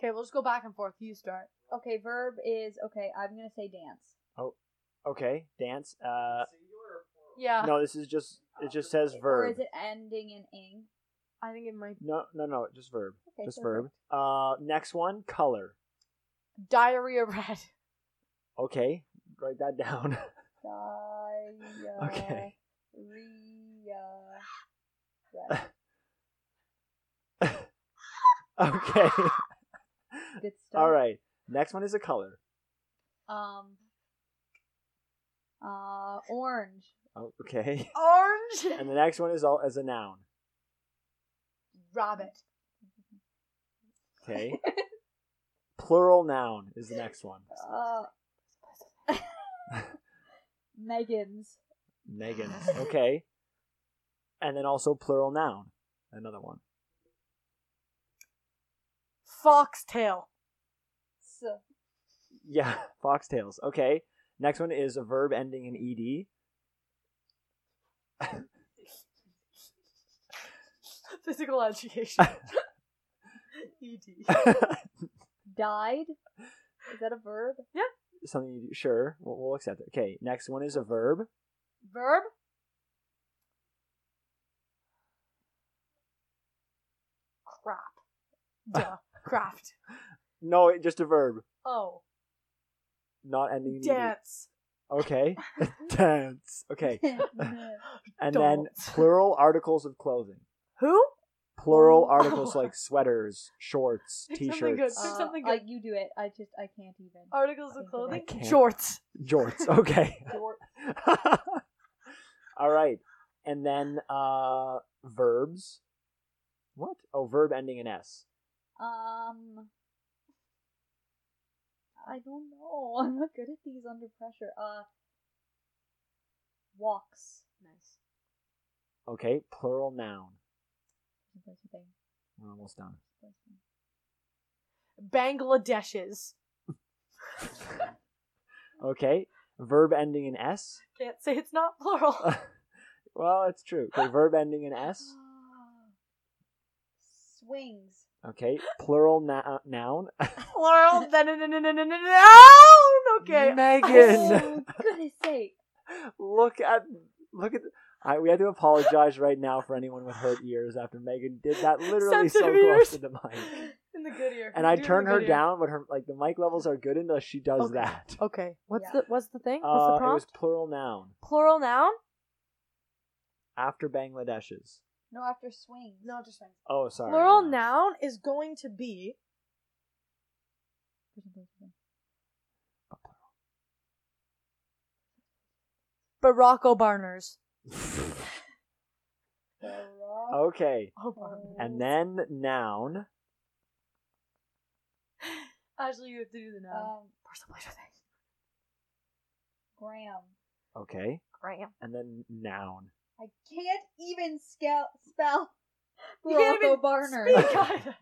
Speaker 2: Okay, we'll just go back and forth. You start.
Speaker 3: Okay, verb is okay, I'm gonna say dance.
Speaker 1: Okay, dance. Uh,
Speaker 2: Yeah,
Speaker 1: no, this is just it just says
Speaker 3: Or
Speaker 1: verb.
Speaker 3: is it ending in ing?
Speaker 2: I think it might.
Speaker 1: No, no, no, just verb.
Speaker 3: Okay,
Speaker 1: Just
Speaker 3: perfect.
Speaker 1: verb. Uh, next one, color.
Speaker 2: Diarrhea red.
Speaker 1: Okay, write that *laughs* down.
Speaker 3: *laughs*
Speaker 1: Okay. *laughs*
Speaker 3: Diarrhea. Red.
Speaker 1: *laughs* okay.
Speaker 3: Good stuff.
Speaker 1: All right. Next one is a color.
Speaker 3: Um. Uh, orange.
Speaker 1: Oh, okay. *laughs*
Speaker 2: Orange
Speaker 1: And the next one is all as a noun.
Speaker 2: rabbit.
Speaker 1: Okay. Plural noun is the next one.
Speaker 3: Uh, *laughs* Megan's.
Speaker 1: Megan. Okay. And then also plural noun. Another one.
Speaker 2: Foxtail.
Speaker 3: So,
Speaker 1: Yeah. *laughs* Foxtails. Okay. Next one is a E verb ending in ed.
Speaker 2: Physical
Speaker 1: *laughs*
Speaker 2: E education. ED.
Speaker 3: Died? Is that a verb?
Speaker 1: *laughs* Something you do. Sure, we'll, we'll accept it. Okay, next one is a verb.
Speaker 2: Verb? Crap. Duh.
Speaker 1: *laughs*
Speaker 2: Craft.
Speaker 1: No, it- just a verb,
Speaker 3: *laughs*
Speaker 1: *laughs*
Speaker 2: Oh.
Speaker 1: not ending. in ed.
Speaker 2: Dance.
Speaker 1: Okay, *laughs* dance. Okay,
Speaker 3: Uh,
Speaker 1: and then
Speaker 2: *laughs* Dance.
Speaker 1: plural articles of clothing.
Speaker 2: Who?
Speaker 1: Plural
Speaker 2: *laughs*
Speaker 3: Oh.
Speaker 1: articles like sweaters, shorts,
Speaker 2: Pick something good.
Speaker 1: t-shirts,
Speaker 2: Pick
Speaker 3: Uh,
Speaker 2: something
Speaker 3: I-
Speaker 2: good.
Speaker 3: you do it. I just I can't even.
Speaker 2: Articles
Speaker 3: I
Speaker 2: of
Speaker 3: can't.
Speaker 2: clothing?
Speaker 1: can't.
Speaker 2: Shorts.
Speaker 1: jorts. Okay.
Speaker 3: Short-
Speaker 1: *laughs* All right, and then uh verbs. What? Oh, verb ending in s.
Speaker 3: Um, I don't know. *laughs* I'm not good at these under pressure. Uh, walks.
Speaker 2: Nice.
Speaker 1: Okay, plural noun.
Speaker 3: Something, something,
Speaker 1: We're almost done.
Speaker 3: something.
Speaker 2: Bangladeshes.
Speaker 1: Okay, verb ending in s. *laughs*
Speaker 2: Can't say it's not plural.
Speaker 1: well, it's true. Okay, verb ending in s.
Speaker 3: Ah, Swings.
Speaker 1: Okay, plural na- noun.
Speaker 2: Plural. Then no, no, no, no, no, no, no. Okay.
Speaker 1: Megan,
Speaker 3: Oh, goodness sake.
Speaker 1: look at look at. I, we had to apologize right now for anyone with hurt ears after Megan did that literally so
Speaker 2: Sensitive
Speaker 1: close
Speaker 2: ears.
Speaker 1: to the mic.
Speaker 2: In the good ear.
Speaker 1: And I
Speaker 2: Do it in
Speaker 1: turn
Speaker 2: the
Speaker 1: her
Speaker 2: good ear.
Speaker 1: down, but her like the mic levels are good unless she does
Speaker 2: Okay.
Speaker 1: that.
Speaker 2: Okay. What's
Speaker 3: Yeah.
Speaker 2: the What's the thing? What's
Speaker 1: Uh,
Speaker 2: the
Speaker 1: it was
Speaker 2: prompt?
Speaker 1: plural noun
Speaker 2: Plural noun.
Speaker 1: after Bangladesh's.
Speaker 3: No, after swings. No,
Speaker 2: just fine.
Speaker 1: Oh, sorry.
Speaker 2: Plural
Speaker 1: yeah.
Speaker 2: noun is going to be
Speaker 3: something, something.
Speaker 2: Barack O'Barners.
Speaker 3: Barack
Speaker 1: okay,
Speaker 2: Oh, *laughs*
Speaker 3: Obama.
Speaker 1: Oh, and then noun.
Speaker 2: Actually, you have to do the noun.
Speaker 3: um,
Speaker 2: Personal pleasure thing.
Speaker 3: Graham.
Speaker 1: Okay,
Speaker 2: Graham.
Speaker 1: and then noun.
Speaker 3: I can't even scal- spell
Speaker 2: You can't
Speaker 3: Barack
Speaker 2: even
Speaker 3: O'Barner.
Speaker 2: *laughs* speak either.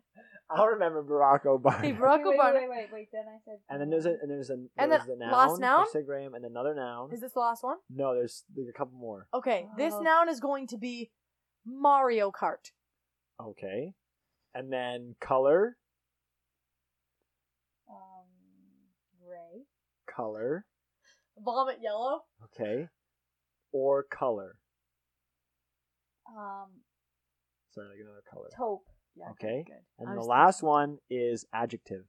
Speaker 1: I'll remember Barack Obama.
Speaker 2: Hey, Barack
Speaker 3: wait, wait, wait,
Speaker 2: O'Barner.
Speaker 3: wait, wait, wait, Then I said.
Speaker 1: And then there's a and there's a
Speaker 2: And
Speaker 1: there's
Speaker 2: then
Speaker 1: the noun,
Speaker 2: last noun?
Speaker 1: Instagram, and another noun.
Speaker 2: Is this the last one?
Speaker 1: No, there's there's a couple more.
Speaker 2: Okay. This
Speaker 3: Oh.
Speaker 2: noun is going to be Mario Kart.
Speaker 1: Okay, and then color,
Speaker 3: um gray.
Speaker 1: color.
Speaker 2: Vomit yellow.
Speaker 1: Okay, or color.
Speaker 3: Um,
Speaker 1: Sorry, like another color.
Speaker 3: taupe.
Speaker 2: Yeah.
Speaker 1: Okay.
Speaker 2: Good.
Speaker 1: And
Speaker 2: I
Speaker 1: then the
Speaker 2: was
Speaker 1: last one is adjective.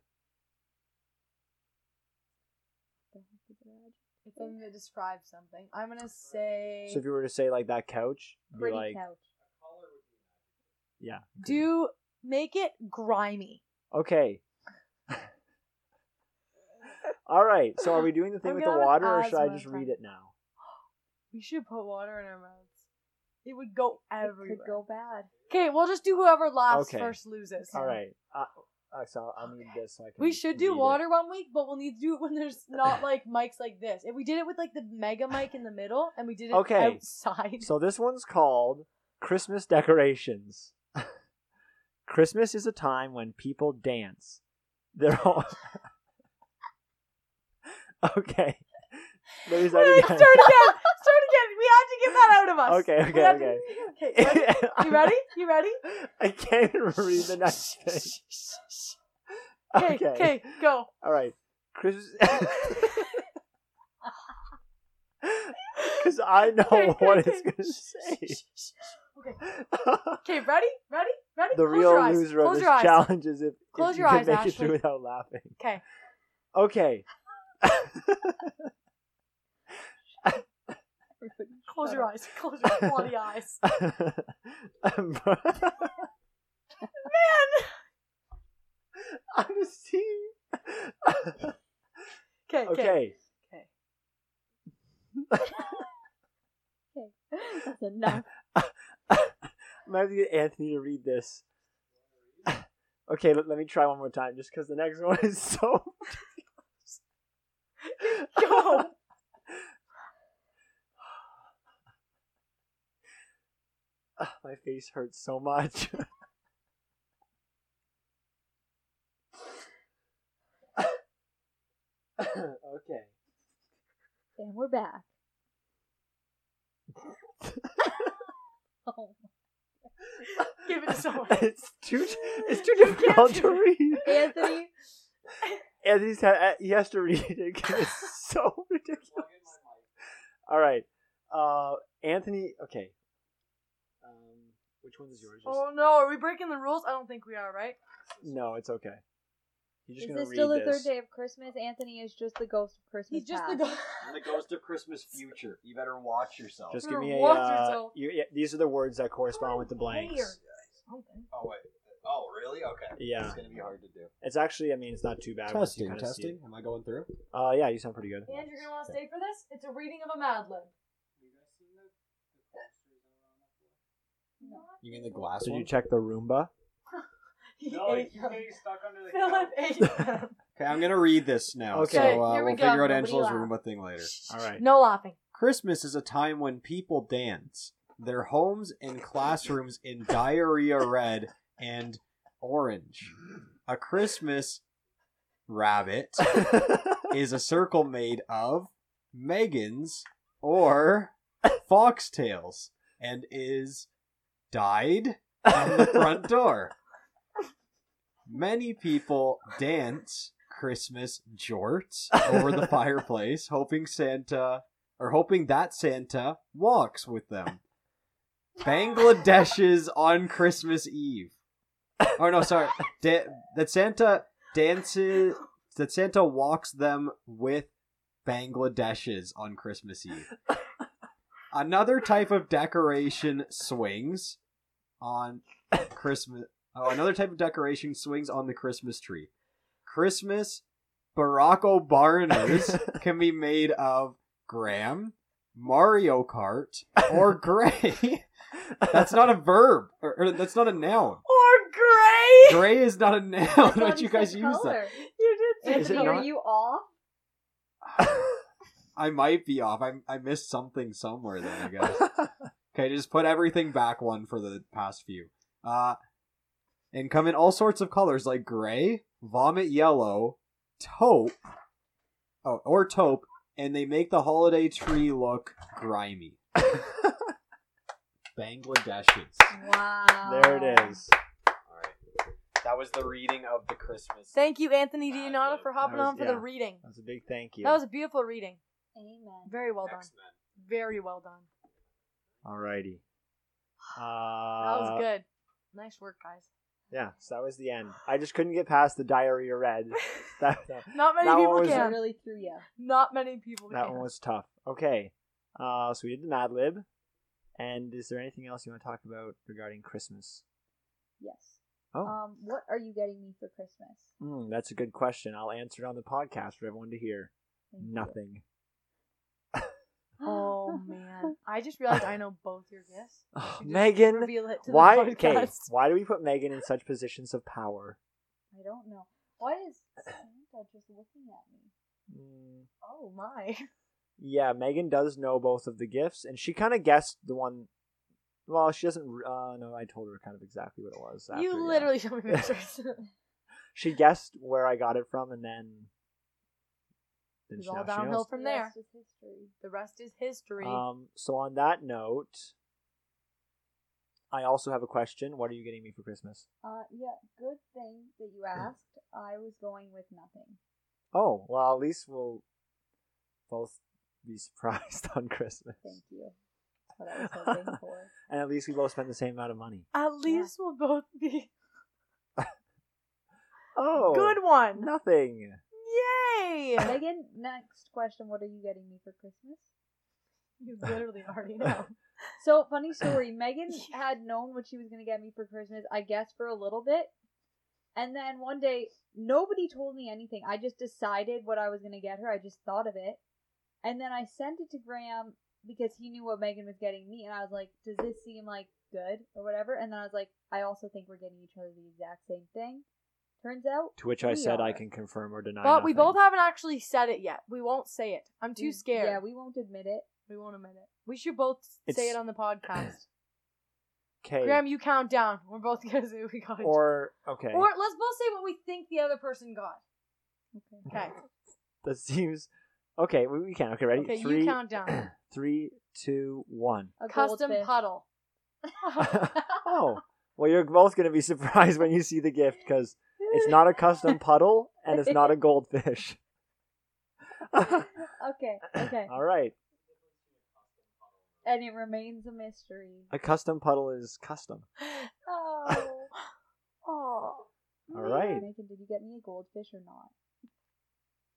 Speaker 2: It's something that describes something. I'm gonna say
Speaker 1: So if you were to say like that couch, you'd be
Speaker 3: Pretty
Speaker 1: like
Speaker 3: couch.
Speaker 1: yeah.
Speaker 2: do make it grimy.
Speaker 1: Okay. *laughs* All right. So are we doing the thing
Speaker 2: I'm
Speaker 1: with the
Speaker 2: gonna have
Speaker 1: water, or should I
Speaker 2: asthma
Speaker 1: just
Speaker 2: attack.
Speaker 1: read it now?
Speaker 2: We should put water in our mouths. It would go
Speaker 3: It could
Speaker 2: everywhere.
Speaker 3: go bad.
Speaker 2: Okay, we'll just do whoever laughs
Speaker 1: Okay.
Speaker 2: first loses.
Speaker 1: All right. Uh, uh, so I'll need this. So I can
Speaker 2: We should do
Speaker 1: read it.
Speaker 2: water one week, but we'll need to do it when
Speaker 1: *laughs*
Speaker 2: there's not like mics like this. If we did it with like the mega mic in the middle and we did it
Speaker 1: Okay.
Speaker 2: outside.
Speaker 1: So *laughs* this one's called Christmas decorations. *laughs* Christmas is a time when people dance. They're all *laughs* okay. Let me start
Speaker 2: Wait, wait,
Speaker 1: again.
Speaker 2: start
Speaker 1: *laughs*
Speaker 2: again. Start again. We have to get that out of us.
Speaker 1: Okay,
Speaker 2: We
Speaker 1: okay,
Speaker 2: have to-
Speaker 1: okay.
Speaker 2: *laughs* okay. ready?
Speaker 1: *laughs*
Speaker 2: You ready? You ready?
Speaker 1: I can't even read the next thing. *laughs*
Speaker 2: Okay, okay, go.
Speaker 1: All right.
Speaker 2: *laughs*
Speaker 1: Christmas. *laughs* Because I know
Speaker 2: Okay,
Speaker 1: what
Speaker 2: okay,
Speaker 1: it's
Speaker 2: okay.
Speaker 1: going to say.
Speaker 2: Okay.
Speaker 1: *laughs*
Speaker 2: Okay, ready? Ready? Ready?
Speaker 1: the
Speaker 2: Close
Speaker 1: real
Speaker 2: your eyes.
Speaker 1: loser of
Speaker 2: Close
Speaker 1: this
Speaker 2: your eyes.
Speaker 1: challenge is if, if
Speaker 2: Close
Speaker 1: you
Speaker 2: your
Speaker 1: can
Speaker 2: eyes,
Speaker 1: make it
Speaker 2: Ashley.
Speaker 1: through without laughing.
Speaker 2: Okay. *laughs*
Speaker 1: Okay. *laughs*
Speaker 2: Close
Speaker 1: *laughs*
Speaker 2: your eyes. Close your *laughs* bloody eyes.
Speaker 1: I'm
Speaker 2: Man.
Speaker 1: a team.
Speaker 2: Okay. Okay.
Speaker 1: Okay.
Speaker 2: Okay.
Speaker 3: That's enough.
Speaker 1: I might have to get Anthony to read this. *laughs* Okay, let, let me try one more time just because the next *laughs* one is so.
Speaker 2: Go.
Speaker 1: *laughs* Ah, My face hurts so
Speaker 2: *laughs*
Speaker 1: much. *laughs* okay.
Speaker 3: and we're back. *laughs* oh
Speaker 2: *laughs* Give it to someone.
Speaker 1: *laughs* it's
Speaker 2: *laughs*
Speaker 1: too it's too
Speaker 2: You can't
Speaker 1: difficult
Speaker 2: do
Speaker 1: to
Speaker 2: it.
Speaker 1: read.
Speaker 3: Anthony,
Speaker 1: Anthony's ha- uh, he has to read it. 'cause
Speaker 4: *laughs*
Speaker 1: It's so ridiculous. All right, uh, Anthony. Okay, um, which one is yours? Just-
Speaker 2: Oh no, are we breaking the rules? I don't think we are, right?
Speaker 1: No, it's okay. You're just
Speaker 3: is
Speaker 1: gonna
Speaker 3: this
Speaker 1: read
Speaker 3: still the
Speaker 1: this.
Speaker 3: third day of Christmas? Anthony is just the ghost of Christmas.
Speaker 5: He's just the
Speaker 3: past.
Speaker 5: ghost.
Speaker 4: And the ghost of Christmas future. You better watch yourself.
Speaker 1: Just
Speaker 2: You're
Speaker 1: give me
Speaker 3: Oh,
Speaker 1: a.
Speaker 2: watch
Speaker 1: Uh,
Speaker 2: yourself.
Speaker 1: you, yeah, these are the words that correspond with the blanks.
Speaker 2: Layer. Something.
Speaker 4: oh wait. Oh really? Okay.
Speaker 1: Yeah.
Speaker 4: It's gonna be hard to do.
Speaker 1: It's actually, I mean, it's not too bad. once you
Speaker 4: Testing,
Speaker 1: kinda see
Speaker 4: testing. Am I going through?
Speaker 1: it. Uh, yeah, you sound pretty good.
Speaker 2: *laughs* And you're gonna want to stay for this? It's a reading of a Mad Lib. *laughs*
Speaker 4: You mean the glass
Speaker 1: Did
Speaker 4: one?
Speaker 1: you check the Roomba?
Speaker 2: He *laughs*
Speaker 6: No,
Speaker 2: ate
Speaker 6: you
Speaker 2: them.
Speaker 6: get stuck under the
Speaker 2: Philip
Speaker 6: couch.
Speaker 2: ate
Speaker 1: *laughs*
Speaker 2: them.
Speaker 4: okay, I'm gonna read this now.
Speaker 1: Okay,
Speaker 4: so uh,
Speaker 2: here we
Speaker 4: we'll
Speaker 2: go.
Speaker 4: figure out
Speaker 2: Nobody
Speaker 4: Angela's
Speaker 2: laugh.
Speaker 4: Roomba thing later.
Speaker 1: All right. *laughs*
Speaker 2: No laughing.
Speaker 4: Christmas is a time when people dance. Their homes and classrooms in diarrhea red and orange. A Christmas rabbit is a circle made of Megan's or foxtails and is dyed on the front door. Many people dance Christmas jorts over the fireplace, hoping Santa or hoping that Santa walks with them. Bangladesh's on Christmas Eve. Oh no, sorry. Da- that Santa dances. That Santa walks them with Bangladesh's on Christmas Eve. Another type of decoration swings on Christmas. Oh, another type of decoration swings on the Christmas tree. Christmas Barack Obama's can be made of Graham, Mario Kart, or Gray. that's not a verb, or, or that's not a noun.
Speaker 2: Or gray. *laughs*
Speaker 4: Gray is not a *laughs*
Speaker 3: I
Speaker 4: noun.
Speaker 3: thought
Speaker 4: Don't
Speaker 3: he
Speaker 4: you guys
Speaker 3: said
Speaker 4: use that?
Speaker 3: color.
Speaker 2: You did say
Speaker 1: Is it
Speaker 3: Anthony,
Speaker 2: that.
Speaker 3: are
Speaker 1: not?
Speaker 3: you off?
Speaker 4: I might be off. I I missed something somewhere then. I guess. Okay, just put everything back one for the past few. Uh, and come in all sorts of colors like gray, vomit yellow, taupe, oh, or taupe, and they make the holiday tree look grimy. Bangladeshis.
Speaker 3: Wow.
Speaker 1: there it is.
Speaker 4: All right, that was the reading of the Christmas.
Speaker 2: Thank you, Anthony Dionato, for hopping
Speaker 1: That was-
Speaker 2: on for
Speaker 1: yeah.
Speaker 2: the reading.
Speaker 1: That's a big thank you.
Speaker 2: That was a beautiful reading.
Speaker 3: Amen.
Speaker 2: Very well done.
Speaker 4: X-Men.
Speaker 2: Very well done.
Speaker 1: Alrighty. Uh,
Speaker 2: *sighs* That was good. Nice work, guys.
Speaker 1: Yeah, so that was the end. I just couldn't get past the diarrhea red. *laughs* *laughs*
Speaker 2: *laughs*
Speaker 1: That that,
Speaker 2: Not many
Speaker 1: that one
Speaker 2: people
Speaker 1: was-
Speaker 3: That
Speaker 2: can.
Speaker 3: really threw you.
Speaker 2: Not many people
Speaker 1: that
Speaker 2: can.
Speaker 1: one was tough. Okay, uh, so we did the Mad Lib. And is there anything else you want to talk about regarding Christmas?
Speaker 3: Yes.
Speaker 1: Oh.
Speaker 3: Um, what are you getting me for Christmas?
Speaker 1: Mm, that's a good question. I'll answer it on the podcast for everyone to hear.
Speaker 3: Thank you. *gasps*
Speaker 1: Nothing. *laughs*
Speaker 3: *laughs*
Speaker 2: Oh man, I just realized I know both your gifts.
Speaker 1: Oh,
Speaker 2: You just
Speaker 1: Megan,
Speaker 2: reveal it to
Speaker 1: Why?
Speaker 2: The
Speaker 1: Okay,
Speaker 2: podcast.
Speaker 1: why do we put Megan in such positions of power?
Speaker 3: I don't know. Why is Santa just looking at me?
Speaker 1: Mm,
Speaker 2: Oh my.
Speaker 1: yeah, Megan does know both of the gifts, and she kind of guessed the one. Well, she doesn't. r- Uh, no, I told her kind of exactly what it was. after, yeah.
Speaker 2: you literally show me
Speaker 1: *laughs*
Speaker 2: pictures.
Speaker 1: She guessed where I got it from, and then. then
Speaker 2: It's
Speaker 1: she-
Speaker 2: all
Speaker 1: now she
Speaker 2: downhill
Speaker 1: knows.
Speaker 2: From
Speaker 3: The
Speaker 2: there.
Speaker 3: rest is history.
Speaker 2: the rest is history.
Speaker 1: Um, so on that note, I also have a question. What are you getting me for Christmas?
Speaker 3: Uh, yeah, good thing that you asked. I was going with nothing.
Speaker 1: Oh, well, at least we'll both be surprised *laughs* on Christmas,
Speaker 3: Thank you. That's what I was hoping for.
Speaker 1: and at least we both spend the same amount of money.
Speaker 2: At least we'll both be
Speaker 1: Oh,
Speaker 2: good
Speaker 1: *laughs*
Speaker 2: one.
Speaker 1: Nothing.
Speaker 2: Yay!
Speaker 3: Megan, next question. What are you getting me for Christmas?
Speaker 2: you literally
Speaker 1: *laughs*
Speaker 2: already know.
Speaker 3: So, funny
Speaker 2: *coughs*
Speaker 3: story. Megan had known what she was going to get me for Christmas, I guess, for a little bit. And then one day, nobody told me anything. I just decided what I was going to get her. I just thought of it. And then I sent it to Graham because he knew what Megan was getting me. And I was like, does this seem like good or whatever? And then I was like, I also think we're getting each other the exact same thing. Turns out,
Speaker 1: To which I
Speaker 3: We
Speaker 1: said I
Speaker 3: are.
Speaker 1: can confirm or deny.
Speaker 2: But we both haven't actually said it yet. We won't say it. I'm too
Speaker 3: we-
Speaker 2: scared.
Speaker 3: Yeah, we won't admit it.
Speaker 2: we won't admit it. We should both say
Speaker 1: It's-
Speaker 2: it on the podcast.
Speaker 1: *coughs* Okay.
Speaker 2: Graham, you count down. We're both *laughs* gonna say we got it.
Speaker 1: Or okay.
Speaker 2: Or let's both say what we think the other
Speaker 1: *laughs*
Speaker 2: person got.
Speaker 3: Okay.
Speaker 2: Okay.
Speaker 1: that seems okay. We, we can. Okay, ready? *coughs*
Speaker 2: Okay,
Speaker 1: Three,
Speaker 2: you count down.
Speaker 1: three, two, one.
Speaker 3: A
Speaker 2: Custom
Speaker 3: goldfish.
Speaker 2: puddle.
Speaker 1: *laughs*
Speaker 2: *laughs*
Speaker 1: oh, well, you're both going to be *laughs* surprised when you see the gift because it's not a custom puddle and it's not a goldfish.
Speaker 3: *laughs*
Speaker 1: *laughs* *coughs*
Speaker 3: okay, okay.
Speaker 1: All right.
Speaker 3: And it remains a mystery.
Speaker 1: A custom puddle is custom. *laughs*
Speaker 3: Oh. oh.
Speaker 1: All right.
Speaker 3: Megan, did you get me a goldfish or
Speaker 1: *laughs*
Speaker 3: not?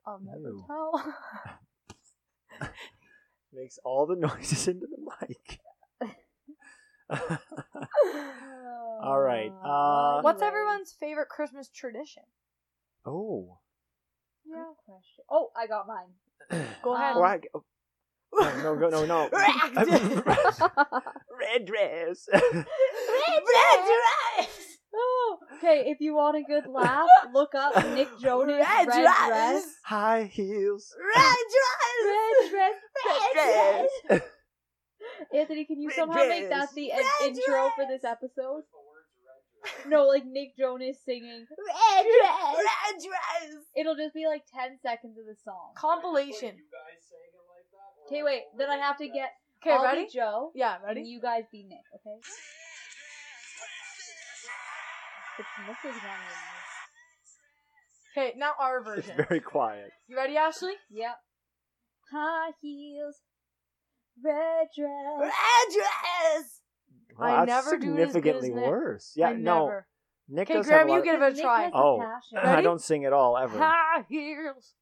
Speaker 3: I'll
Speaker 2: Um,
Speaker 3: never
Speaker 1: No.
Speaker 3: tell.
Speaker 1: Makes all the *laughs* noises into the mic. All
Speaker 3: *laughs*
Speaker 1: right, uh,
Speaker 2: What's
Speaker 3: Anyway,
Speaker 2: everyone's favorite Christmas tradition?
Speaker 1: *laughs* oh.
Speaker 3: good question? Oh, I got mine.
Speaker 2: Go ahead.
Speaker 1: Well,
Speaker 2: *laughs*
Speaker 1: I- oh, no, no, no, no. *laughs* Red dress. *laughs*
Speaker 2: *laughs*
Speaker 3: Oh, okay, if you want a good laugh, look up Nick Jonas red, dress.
Speaker 1: High heels.
Speaker 3: Red dress. Red dress. *laughs* Anthony, can you
Speaker 1: Red
Speaker 3: somehow make that
Speaker 1: dress.
Speaker 3: the en- intro for this episode? *laughs* No, like Nick Jonas singing. Red dress. Red dress. It'll just be like ten seconds of the song.
Speaker 2: Compilation.
Speaker 3: Okay, wait. Then I have to get.
Speaker 2: Okay,
Speaker 3: I'll be
Speaker 2: ready?
Speaker 3: Joe.
Speaker 2: Yeah,
Speaker 3: And
Speaker 2: ready?
Speaker 3: you guys be Nick. Okay. It's missing one.
Speaker 2: Okay, now our
Speaker 1: It's
Speaker 2: version.
Speaker 1: very quiet.
Speaker 2: You ready, Ashley?
Speaker 3: Yep. High heels. Red dress.
Speaker 2: Address.
Speaker 1: Wow,
Speaker 2: I
Speaker 1: that's
Speaker 2: never do it as good as
Speaker 1: significantly
Speaker 2: Nick.
Speaker 1: worse. Yeah,
Speaker 2: I
Speaker 1: no.
Speaker 2: never.
Speaker 1: Nick
Speaker 2: 'Kay,
Speaker 1: does
Speaker 2: Graham,
Speaker 1: have a lot
Speaker 2: you Give it a
Speaker 3: Nick
Speaker 2: try.
Speaker 3: has the
Speaker 1: Oh.
Speaker 3: passion.
Speaker 1: of... *laughs* I don't sing at all ever.
Speaker 2: High heels.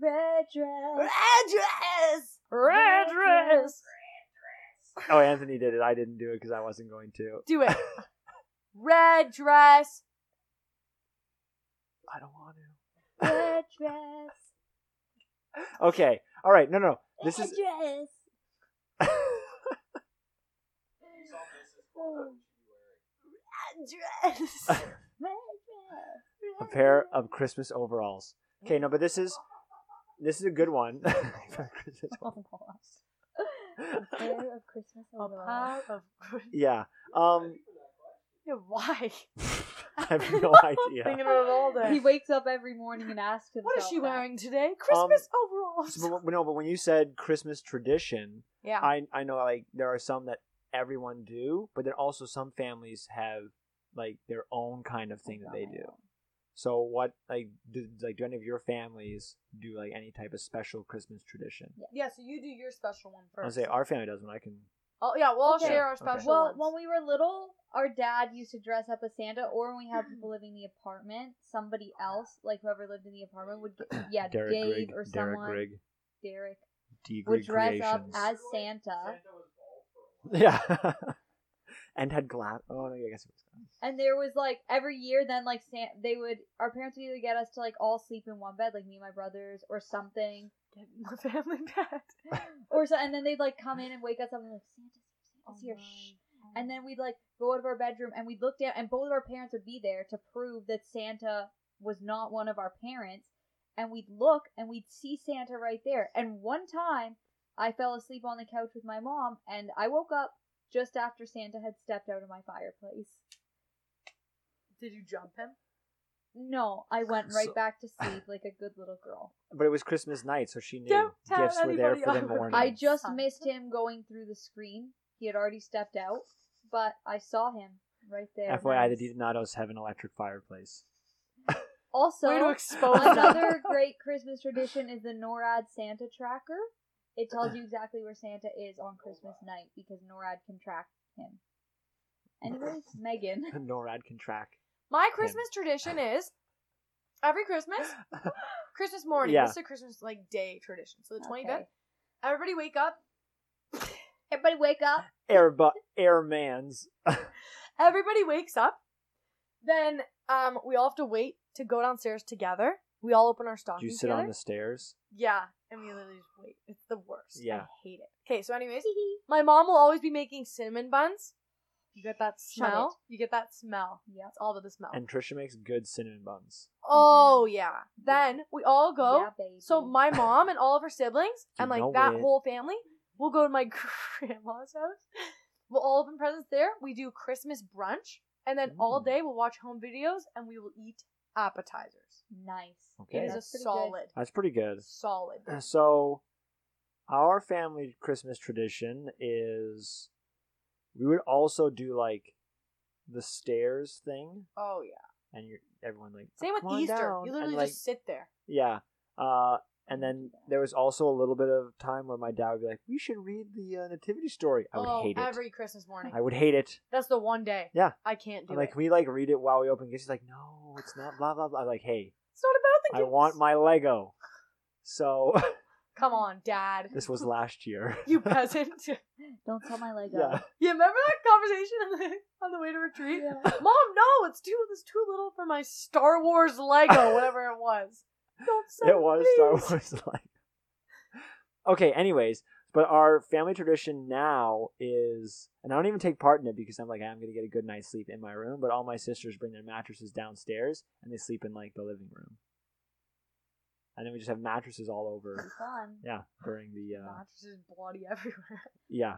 Speaker 3: Red dress.
Speaker 2: Address. Red dress.
Speaker 1: Oh, Anthony did it. I didn't do it because I wasn't going to.
Speaker 2: Do *laughs* it. Red dress.
Speaker 1: I don't want to.
Speaker 3: Red dress.
Speaker 1: Okay. All right. No, no. This
Speaker 3: red
Speaker 1: is
Speaker 3: dress. *laughs*
Speaker 2: Dress.
Speaker 3: Red
Speaker 1: *laughs* a pair of Christmas overalls. Okay, no, but this is this is a good one. *laughs* Christmas
Speaker 3: dress. A pair of Christmas
Speaker 2: A
Speaker 3: overalls.
Speaker 2: pair of.
Speaker 1: Yeah. Um,
Speaker 2: *laughs*
Speaker 1: *laughs*
Speaker 2: Yeah, why?
Speaker 1: I have
Speaker 2: *laughs*
Speaker 1: no idea.
Speaker 2: Thinking about it all day. Um,
Speaker 3: He wakes up every morning and asks himself.
Speaker 2: What is she
Speaker 3: that.
Speaker 2: wearing today? Christmas
Speaker 1: So,
Speaker 2: overalls.
Speaker 1: but, but no, but when you said Christmas tradition,
Speaker 2: Yeah.
Speaker 1: I I know like there are some that everyone do, but then also some families have like their own kind of thing that they do. So what like do, like do any of your families do like any type of special Christmas tradition?
Speaker 2: yeah, so you do your special one
Speaker 1: I'll
Speaker 2: first.
Speaker 1: say our family does, but I can.
Speaker 2: Oh, yeah, uh, we'll all
Speaker 3: Okay.
Speaker 2: share our
Speaker 1: Okay.
Speaker 2: special
Speaker 3: Well,
Speaker 2: ones.
Speaker 3: when we were little, our dad used to dress up as Santa, or when we had people living in the apartment, somebody else, like whoever lived in the apartment, would get,
Speaker 1: *clears throat*
Speaker 3: yeah,
Speaker 1: Derek
Speaker 3: Dave
Speaker 1: Grigg,
Speaker 3: or
Speaker 1: Derek
Speaker 3: someone,
Speaker 1: Grigg,
Speaker 3: Derek,
Speaker 1: D Grigg
Speaker 3: would dress
Speaker 1: Creations.
Speaker 3: up as Santa,
Speaker 1: Yeah. *laughs* and had glass. Oh, no, I guess it was glass.
Speaker 3: and there was like every year, then like San- they would, our parents would either get us to like all sleep in one bed, like me and my brothers, or something,
Speaker 2: Get my *laughs* family back.
Speaker 3: or so, and then they'd like come in and wake us up and be like Santa's here,
Speaker 2: Oh
Speaker 3: Santa's here,
Speaker 2: my
Speaker 3: shh. And then we'd like go out of our bedroom and we'd look down, and both of our parents would be there to prove that Santa was not one of our parents. And we'd look and we'd see Santa right there. And one time I fell asleep on the couch with my mom and I woke up just after Santa had stepped out of my fireplace.
Speaker 2: Did you jump him?
Speaker 3: No, I went right
Speaker 1: So-
Speaker 3: back to sleep like a good little
Speaker 1: *sighs*
Speaker 3: girl.
Speaker 1: But it was Christmas night, so she knew
Speaker 2: Don't tell
Speaker 1: gifts were there
Speaker 2: anybody
Speaker 1: for the
Speaker 2: otherwise.
Speaker 1: morning.
Speaker 3: *laughs* I just
Speaker 2: Son.
Speaker 3: missed him going through the screen. He had already stepped out, but I saw him right there.
Speaker 1: FYI, the
Speaker 3: Nice.
Speaker 1: Didinados have an electric fireplace. *laughs*
Speaker 3: Also,
Speaker 2: Way to expose them.
Speaker 3: Another great Christmas tradition is the NORAD Santa tracker.
Speaker 1: *clears throat*
Speaker 3: It tells you exactly where Santa is on Christmas night because NORAD can track him. Anyways,
Speaker 1: *clears throat*
Speaker 3: Megan.
Speaker 1: NORAD can track.
Speaker 2: My Christmas tradition is every
Speaker 1: *laughs*
Speaker 2: Christmas, Christmas morning.
Speaker 1: Yeah.
Speaker 2: This is a Christmas like day tradition. So the twenty fifth,
Speaker 3: Okay.
Speaker 2: everybody wake up.
Speaker 3: Everybody wake up.
Speaker 1: Air bu- airmans.
Speaker 2: Everybody wakes up. Then um, we all have to wait to go downstairs together. We all open our
Speaker 1: Do you
Speaker 2: stockings
Speaker 1: sit
Speaker 2: together.
Speaker 1: on the stairs?
Speaker 2: yeah, and we literally just wait. It's the worst. I
Speaker 1: Yeah.
Speaker 2: hate it. Okay, so anyways, my mom will always be making cinnamon buns. You get that
Speaker 3: Shut
Speaker 2: smell. You get that smell.
Speaker 3: Yep.
Speaker 2: It's all of the smell.
Speaker 1: And Trisha makes good cinnamon buns.
Speaker 2: oh
Speaker 1: Mm-hmm.
Speaker 2: yeah. Then we all go.
Speaker 3: Yeah, baby.
Speaker 2: So my mom and all of her siblings
Speaker 1: You
Speaker 2: and like
Speaker 1: know
Speaker 2: that
Speaker 1: it.
Speaker 2: whole family will go to my *laughs* grandma's house. We'll all open presents there. We do Christmas brunch, and then all
Speaker 1: Ooh.
Speaker 2: day we'll watch home videos and we will eat appetizers.
Speaker 3: nice.
Speaker 1: Okay.
Speaker 2: It is
Speaker 3: That's
Speaker 2: a
Speaker 3: pretty good.
Speaker 2: solid,
Speaker 1: That's pretty good. *sniffs*
Speaker 2: solid.
Speaker 1: So, our family Christmas tradition is We would also do like the stairs thing,
Speaker 2: Oh yeah.
Speaker 1: and you're everyone like
Speaker 2: Same
Speaker 1: "Oh,
Speaker 2: with
Speaker 1: come on
Speaker 2: Easter.
Speaker 1: down,"
Speaker 2: You
Speaker 1: and,
Speaker 2: literally
Speaker 1: like,
Speaker 2: just sit there.
Speaker 1: yeah. Uh, and then there was also a little bit of time where my dad would be like, "We should read the uh, nativity story." I would
Speaker 2: oh,
Speaker 1: hate it.
Speaker 2: every Christmas morning.
Speaker 1: I would hate it.
Speaker 2: That's the one day.
Speaker 1: Yeah.
Speaker 2: I can't do
Speaker 1: I'm like,
Speaker 2: it.
Speaker 1: can we like read it while we open gifts? He's like, no, it's not. Blah blah blah. I'm like, hey,
Speaker 2: it's not about the
Speaker 1: I
Speaker 2: gifts.
Speaker 1: want my Lego. So *laughs*
Speaker 2: Come on, Dad.
Speaker 1: this was last year.
Speaker 2: *laughs* *laughs* You peasant.
Speaker 1: *laughs*
Speaker 3: Don't tell my Lego.
Speaker 1: Yeah.
Speaker 2: you remember that conversation on the, on the way to retreat?
Speaker 3: Yeah.
Speaker 2: *laughs* Mom, no, it's too it's too little for my Star Wars Lego, whatever it *laughs* was. Don't say
Speaker 1: it was *laughs* Star
Speaker 2: please.
Speaker 1: Wars like. Okay, anyways, but our family tradition now is, and I don't even take part in it because I'm like, I'm gonna get a good night's sleep in my room. But all my sisters bring their mattresses downstairs and they sleep in like the living room, and then we just have mattresses all over.
Speaker 3: Fun.
Speaker 1: Yeah, during the uh,
Speaker 2: Mattresses bloody everywhere.
Speaker 1: yeah,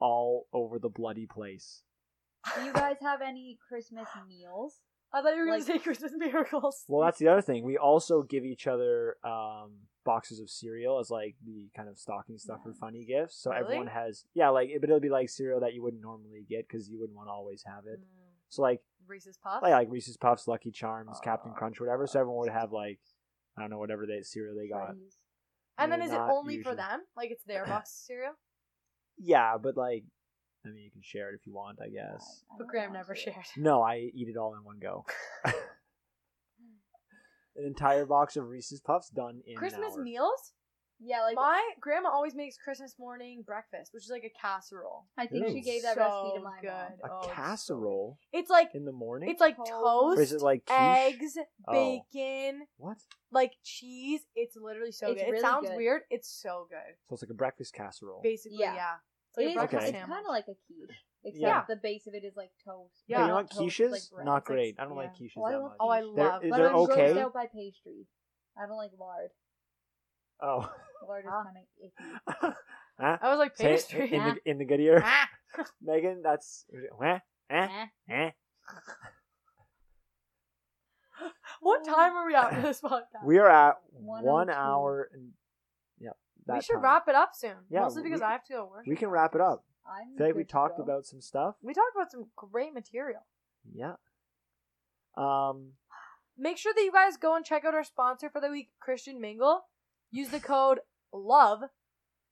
Speaker 1: all over the bloody place.
Speaker 3: Do you guys have any Christmas meals?
Speaker 2: *laughs* I thought you were
Speaker 3: Like-
Speaker 2: gonna say Christmas miracles.
Speaker 1: Well, that's the other thing. We also give each other um, boxes of cereal as like the kind of stocking stuffer funny gifts. So
Speaker 2: Really?
Speaker 1: everyone has, yeah, like but it'll be like cereal that you wouldn't normally get because you wouldn't want to always have it.
Speaker 2: Mm,
Speaker 1: So like, oh,
Speaker 2: Reese's Puffs.
Speaker 1: like, like Reese's Puffs, Lucky Charms,
Speaker 2: Uh,
Speaker 1: Captain Crunch, whatever. So everyone would have like, I don't know, whatever they cereal they got.
Speaker 3: Freddy's.
Speaker 2: and then
Speaker 1: They're
Speaker 2: is it
Speaker 1: not
Speaker 2: only for
Speaker 1: usually-
Speaker 2: them? Like it's their box of cereal?
Speaker 1: Yeah, but like, I mean, you can share it if you want, I guess.
Speaker 3: I- I
Speaker 2: *clears throat* But
Speaker 3: don't
Speaker 2: Graham
Speaker 3: want
Speaker 2: never
Speaker 3: to.
Speaker 2: shared.
Speaker 1: No, I eat it all in one
Speaker 2: *laughs*
Speaker 1: go. An entire box of Reese's Puffs done *laughs* in an
Speaker 2: Christmas
Speaker 1: hour.
Speaker 2: meals?
Speaker 3: Yeah, like
Speaker 2: My grandma always makes Christmas morning breakfast, which is like a casserole.
Speaker 3: I think she
Speaker 1: Ooh.
Speaker 3: gave that
Speaker 2: So
Speaker 3: recipe to my mom.
Speaker 2: good.
Speaker 1: A
Speaker 2: Oh, it's so
Speaker 1: casserole
Speaker 2: It's like
Speaker 1: in the morning.
Speaker 2: it's like
Speaker 3: Toast.
Speaker 2: toast,
Speaker 1: Or is it like quiche?
Speaker 2: eggs,
Speaker 1: Oh.
Speaker 2: bacon,
Speaker 1: What?
Speaker 2: like cheese. It's literally so
Speaker 3: It's
Speaker 2: good.
Speaker 3: really
Speaker 2: it sounds
Speaker 3: good.
Speaker 2: weird. It's so good.
Speaker 1: So it's like a breakfast casserole.
Speaker 2: Basically, yeah.
Speaker 3: Yeah.
Speaker 2: It's like
Speaker 3: It
Speaker 2: a
Speaker 3: is-
Speaker 2: breakfast
Speaker 1: Okay.
Speaker 3: It's
Speaker 2: sandwich.
Speaker 3: kind of like a quiche, except
Speaker 1: Yeah.
Speaker 3: the base of it is like toast.
Speaker 2: Yeah.
Speaker 1: Hey,
Speaker 2: Hey,
Speaker 1: you know what?
Speaker 3: Toast
Speaker 1: Quiches?
Speaker 3: with, like, bread.
Speaker 1: Not
Speaker 2: It's like-
Speaker 1: great. I don't
Speaker 2: yeah.
Speaker 1: like quiches
Speaker 3: Oh, I
Speaker 1: that
Speaker 3: love-
Speaker 1: much.
Speaker 2: oh, I
Speaker 1: They're-
Speaker 2: love.
Speaker 1: is
Speaker 3: But
Speaker 1: they're
Speaker 3: I'm grossed
Speaker 1: okay?
Speaker 3: out by pastry. I don't like lard.
Speaker 1: Oh. *laughs*
Speaker 3: Lard is
Speaker 2: Ah.
Speaker 3: kind of icky.
Speaker 1: Huh?
Speaker 2: I was like
Speaker 1: Say it
Speaker 2: pastry.
Speaker 1: in, the, in the good ear.
Speaker 2: Ah.
Speaker 1: Megan, that's. Eh, eh,
Speaker 3: Eh.
Speaker 1: eh.
Speaker 2: *laughs*
Speaker 3: Mm.
Speaker 2: what time are we at
Speaker 1: *laughs*
Speaker 2: for this podcast?
Speaker 1: We are at
Speaker 3: One
Speaker 1: one
Speaker 3: oh two.
Speaker 1: hour and. Yeah. That
Speaker 2: We should
Speaker 1: time.
Speaker 2: wrap it up soon.
Speaker 1: Yeah,
Speaker 2: mostly because
Speaker 1: we-
Speaker 2: I have to go work.
Speaker 1: We can wrap it up.
Speaker 3: I'm
Speaker 1: I feel like we
Speaker 3: good to
Speaker 1: talked
Speaker 3: go.
Speaker 1: about some stuff.
Speaker 2: We talked about some great material.
Speaker 1: Yeah. Um.
Speaker 2: Make sure that you guys go and check out our sponsor for the week, Christian Mingle. Use the code LOVE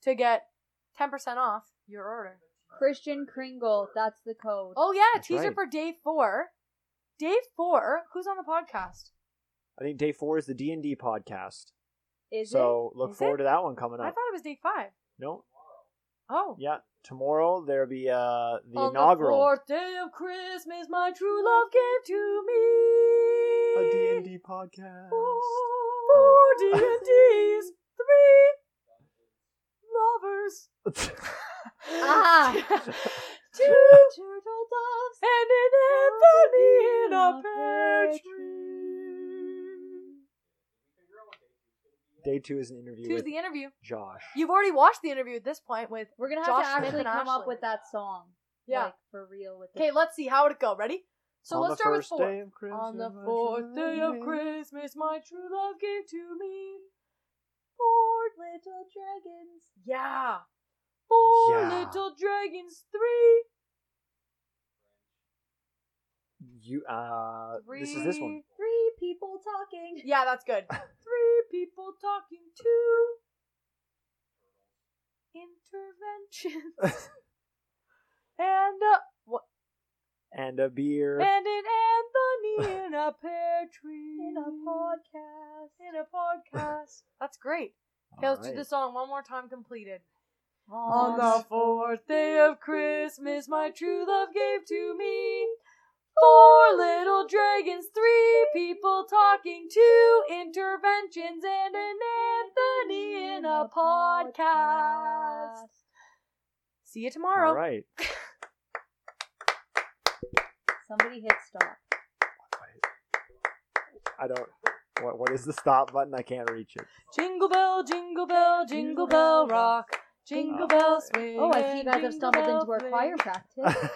Speaker 2: to get 10% off your order.
Speaker 3: Christian Kringle. That's the code.
Speaker 2: Oh yeah,
Speaker 1: That's
Speaker 2: teaser
Speaker 1: right.
Speaker 2: for day four. Day four. Who's on the podcast?
Speaker 1: I think day four is the D and D podcast,
Speaker 3: is
Speaker 1: so look
Speaker 2: Is
Speaker 1: forward to
Speaker 2: it?
Speaker 1: that one coming
Speaker 2: I
Speaker 1: up.
Speaker 2: thought it was day five.
Speaker 1: no,
Speaker 2: Oh.
Speaker 1: yeah, tomorrow there'll be uh the
Speaker 2: on
Speaker 1: inaugural.
Speaker 2: The fourth day of Christmas, my true love gave to me.
Speaker 1: a D&D
Speaker 2: *laughs*
Speaker 1: podcast.
Speaker 2: Four
Speaker 1: Oh.
Speaker 2: D
Speaker 1: *laughs*
Speaker 2: and D's, three lovers.
Speaker 3: Ah.
Speaker 2: *laughs* two
Speaker 3: it turtle doves?
Speaker 2: and an Anthony in a pear tree.
Speaker 1: Day two is an interview
Speaker 2: Choose
Speaker 1: with
Speaker 2: the interview.
Speaker 1: Josh.
Speaker 2: You've already watched the interview at this point with
Speaker 3: We're gonna have
Speaker 2: Josh
Speaker 3: to
Speaker 2: Smith
Speaker 3: actually
Speaker 2: and
Speaker 3: come
Speaker 2: Ashley.
Speaker 3: up with that song.
Speaker 2: Yeah.
Speaker 3: like, for real. With the-
Speaker 2: Okay, let's see how would it go. Ready? So
Speaker 1: On
Speaker 2: let's
Speaker 1: the
Speaker 2: start with
Speaker 1: first
Speaker 2: four.
Speaker 1: day of Christmas,
Speaker 2: On the
Speaker 1: my
Speaker 2: fourth day of
Speaker 1: darling.
Speaker 2: Christmas, my true love gave to me four
Speaker 3: little dragons.
Speaker 2: yeah four
Speaker 1: Yeah.
Speaker 2: little dragons three
Speaker 1: You uh, this is this one.
Speaker 3: Three people talking.
Speaker 2: yeah that's good three people talking two interventions and a, what
Speaker 1: And a beer.
Speaker 2: and an Anthony in a pear tree
Speaker 3: In a podcast.
Speaker 2: in a podcast *laughs* that's great. Okay,
Speaker 1: All
Speaker 2: let's do
Speaker 1: right.
Speaker 2: the song one more time completed.
Speaker 3: On
Speaker 2: On the fourth day of Christmas, my true love gave to me four little dragons, three people talking, two interventions, and an Anthony in a podcast. See you tomorrow.
Speaker 1: All right.
Speaker 3: Somebody hit stop.
Speaker 1: I don't. What what is the stop button? I can't reach it.
Speaker 2: Jingle bell, jingle bell, jingle bell rock. Jingle
Speaker 1: All
Speaker 2: bell
Speaker 1: right.
Speaker 2: swing.
Speaker 3: Oh, I
Speaker 2: and
Speaker 3: see you guys have
Speaker 2: jingle
Speaker 3: stumbled
Speaker 2: bell
Speaker 3: into our
Speaker 2: fling.
Speaker 3: choir practice.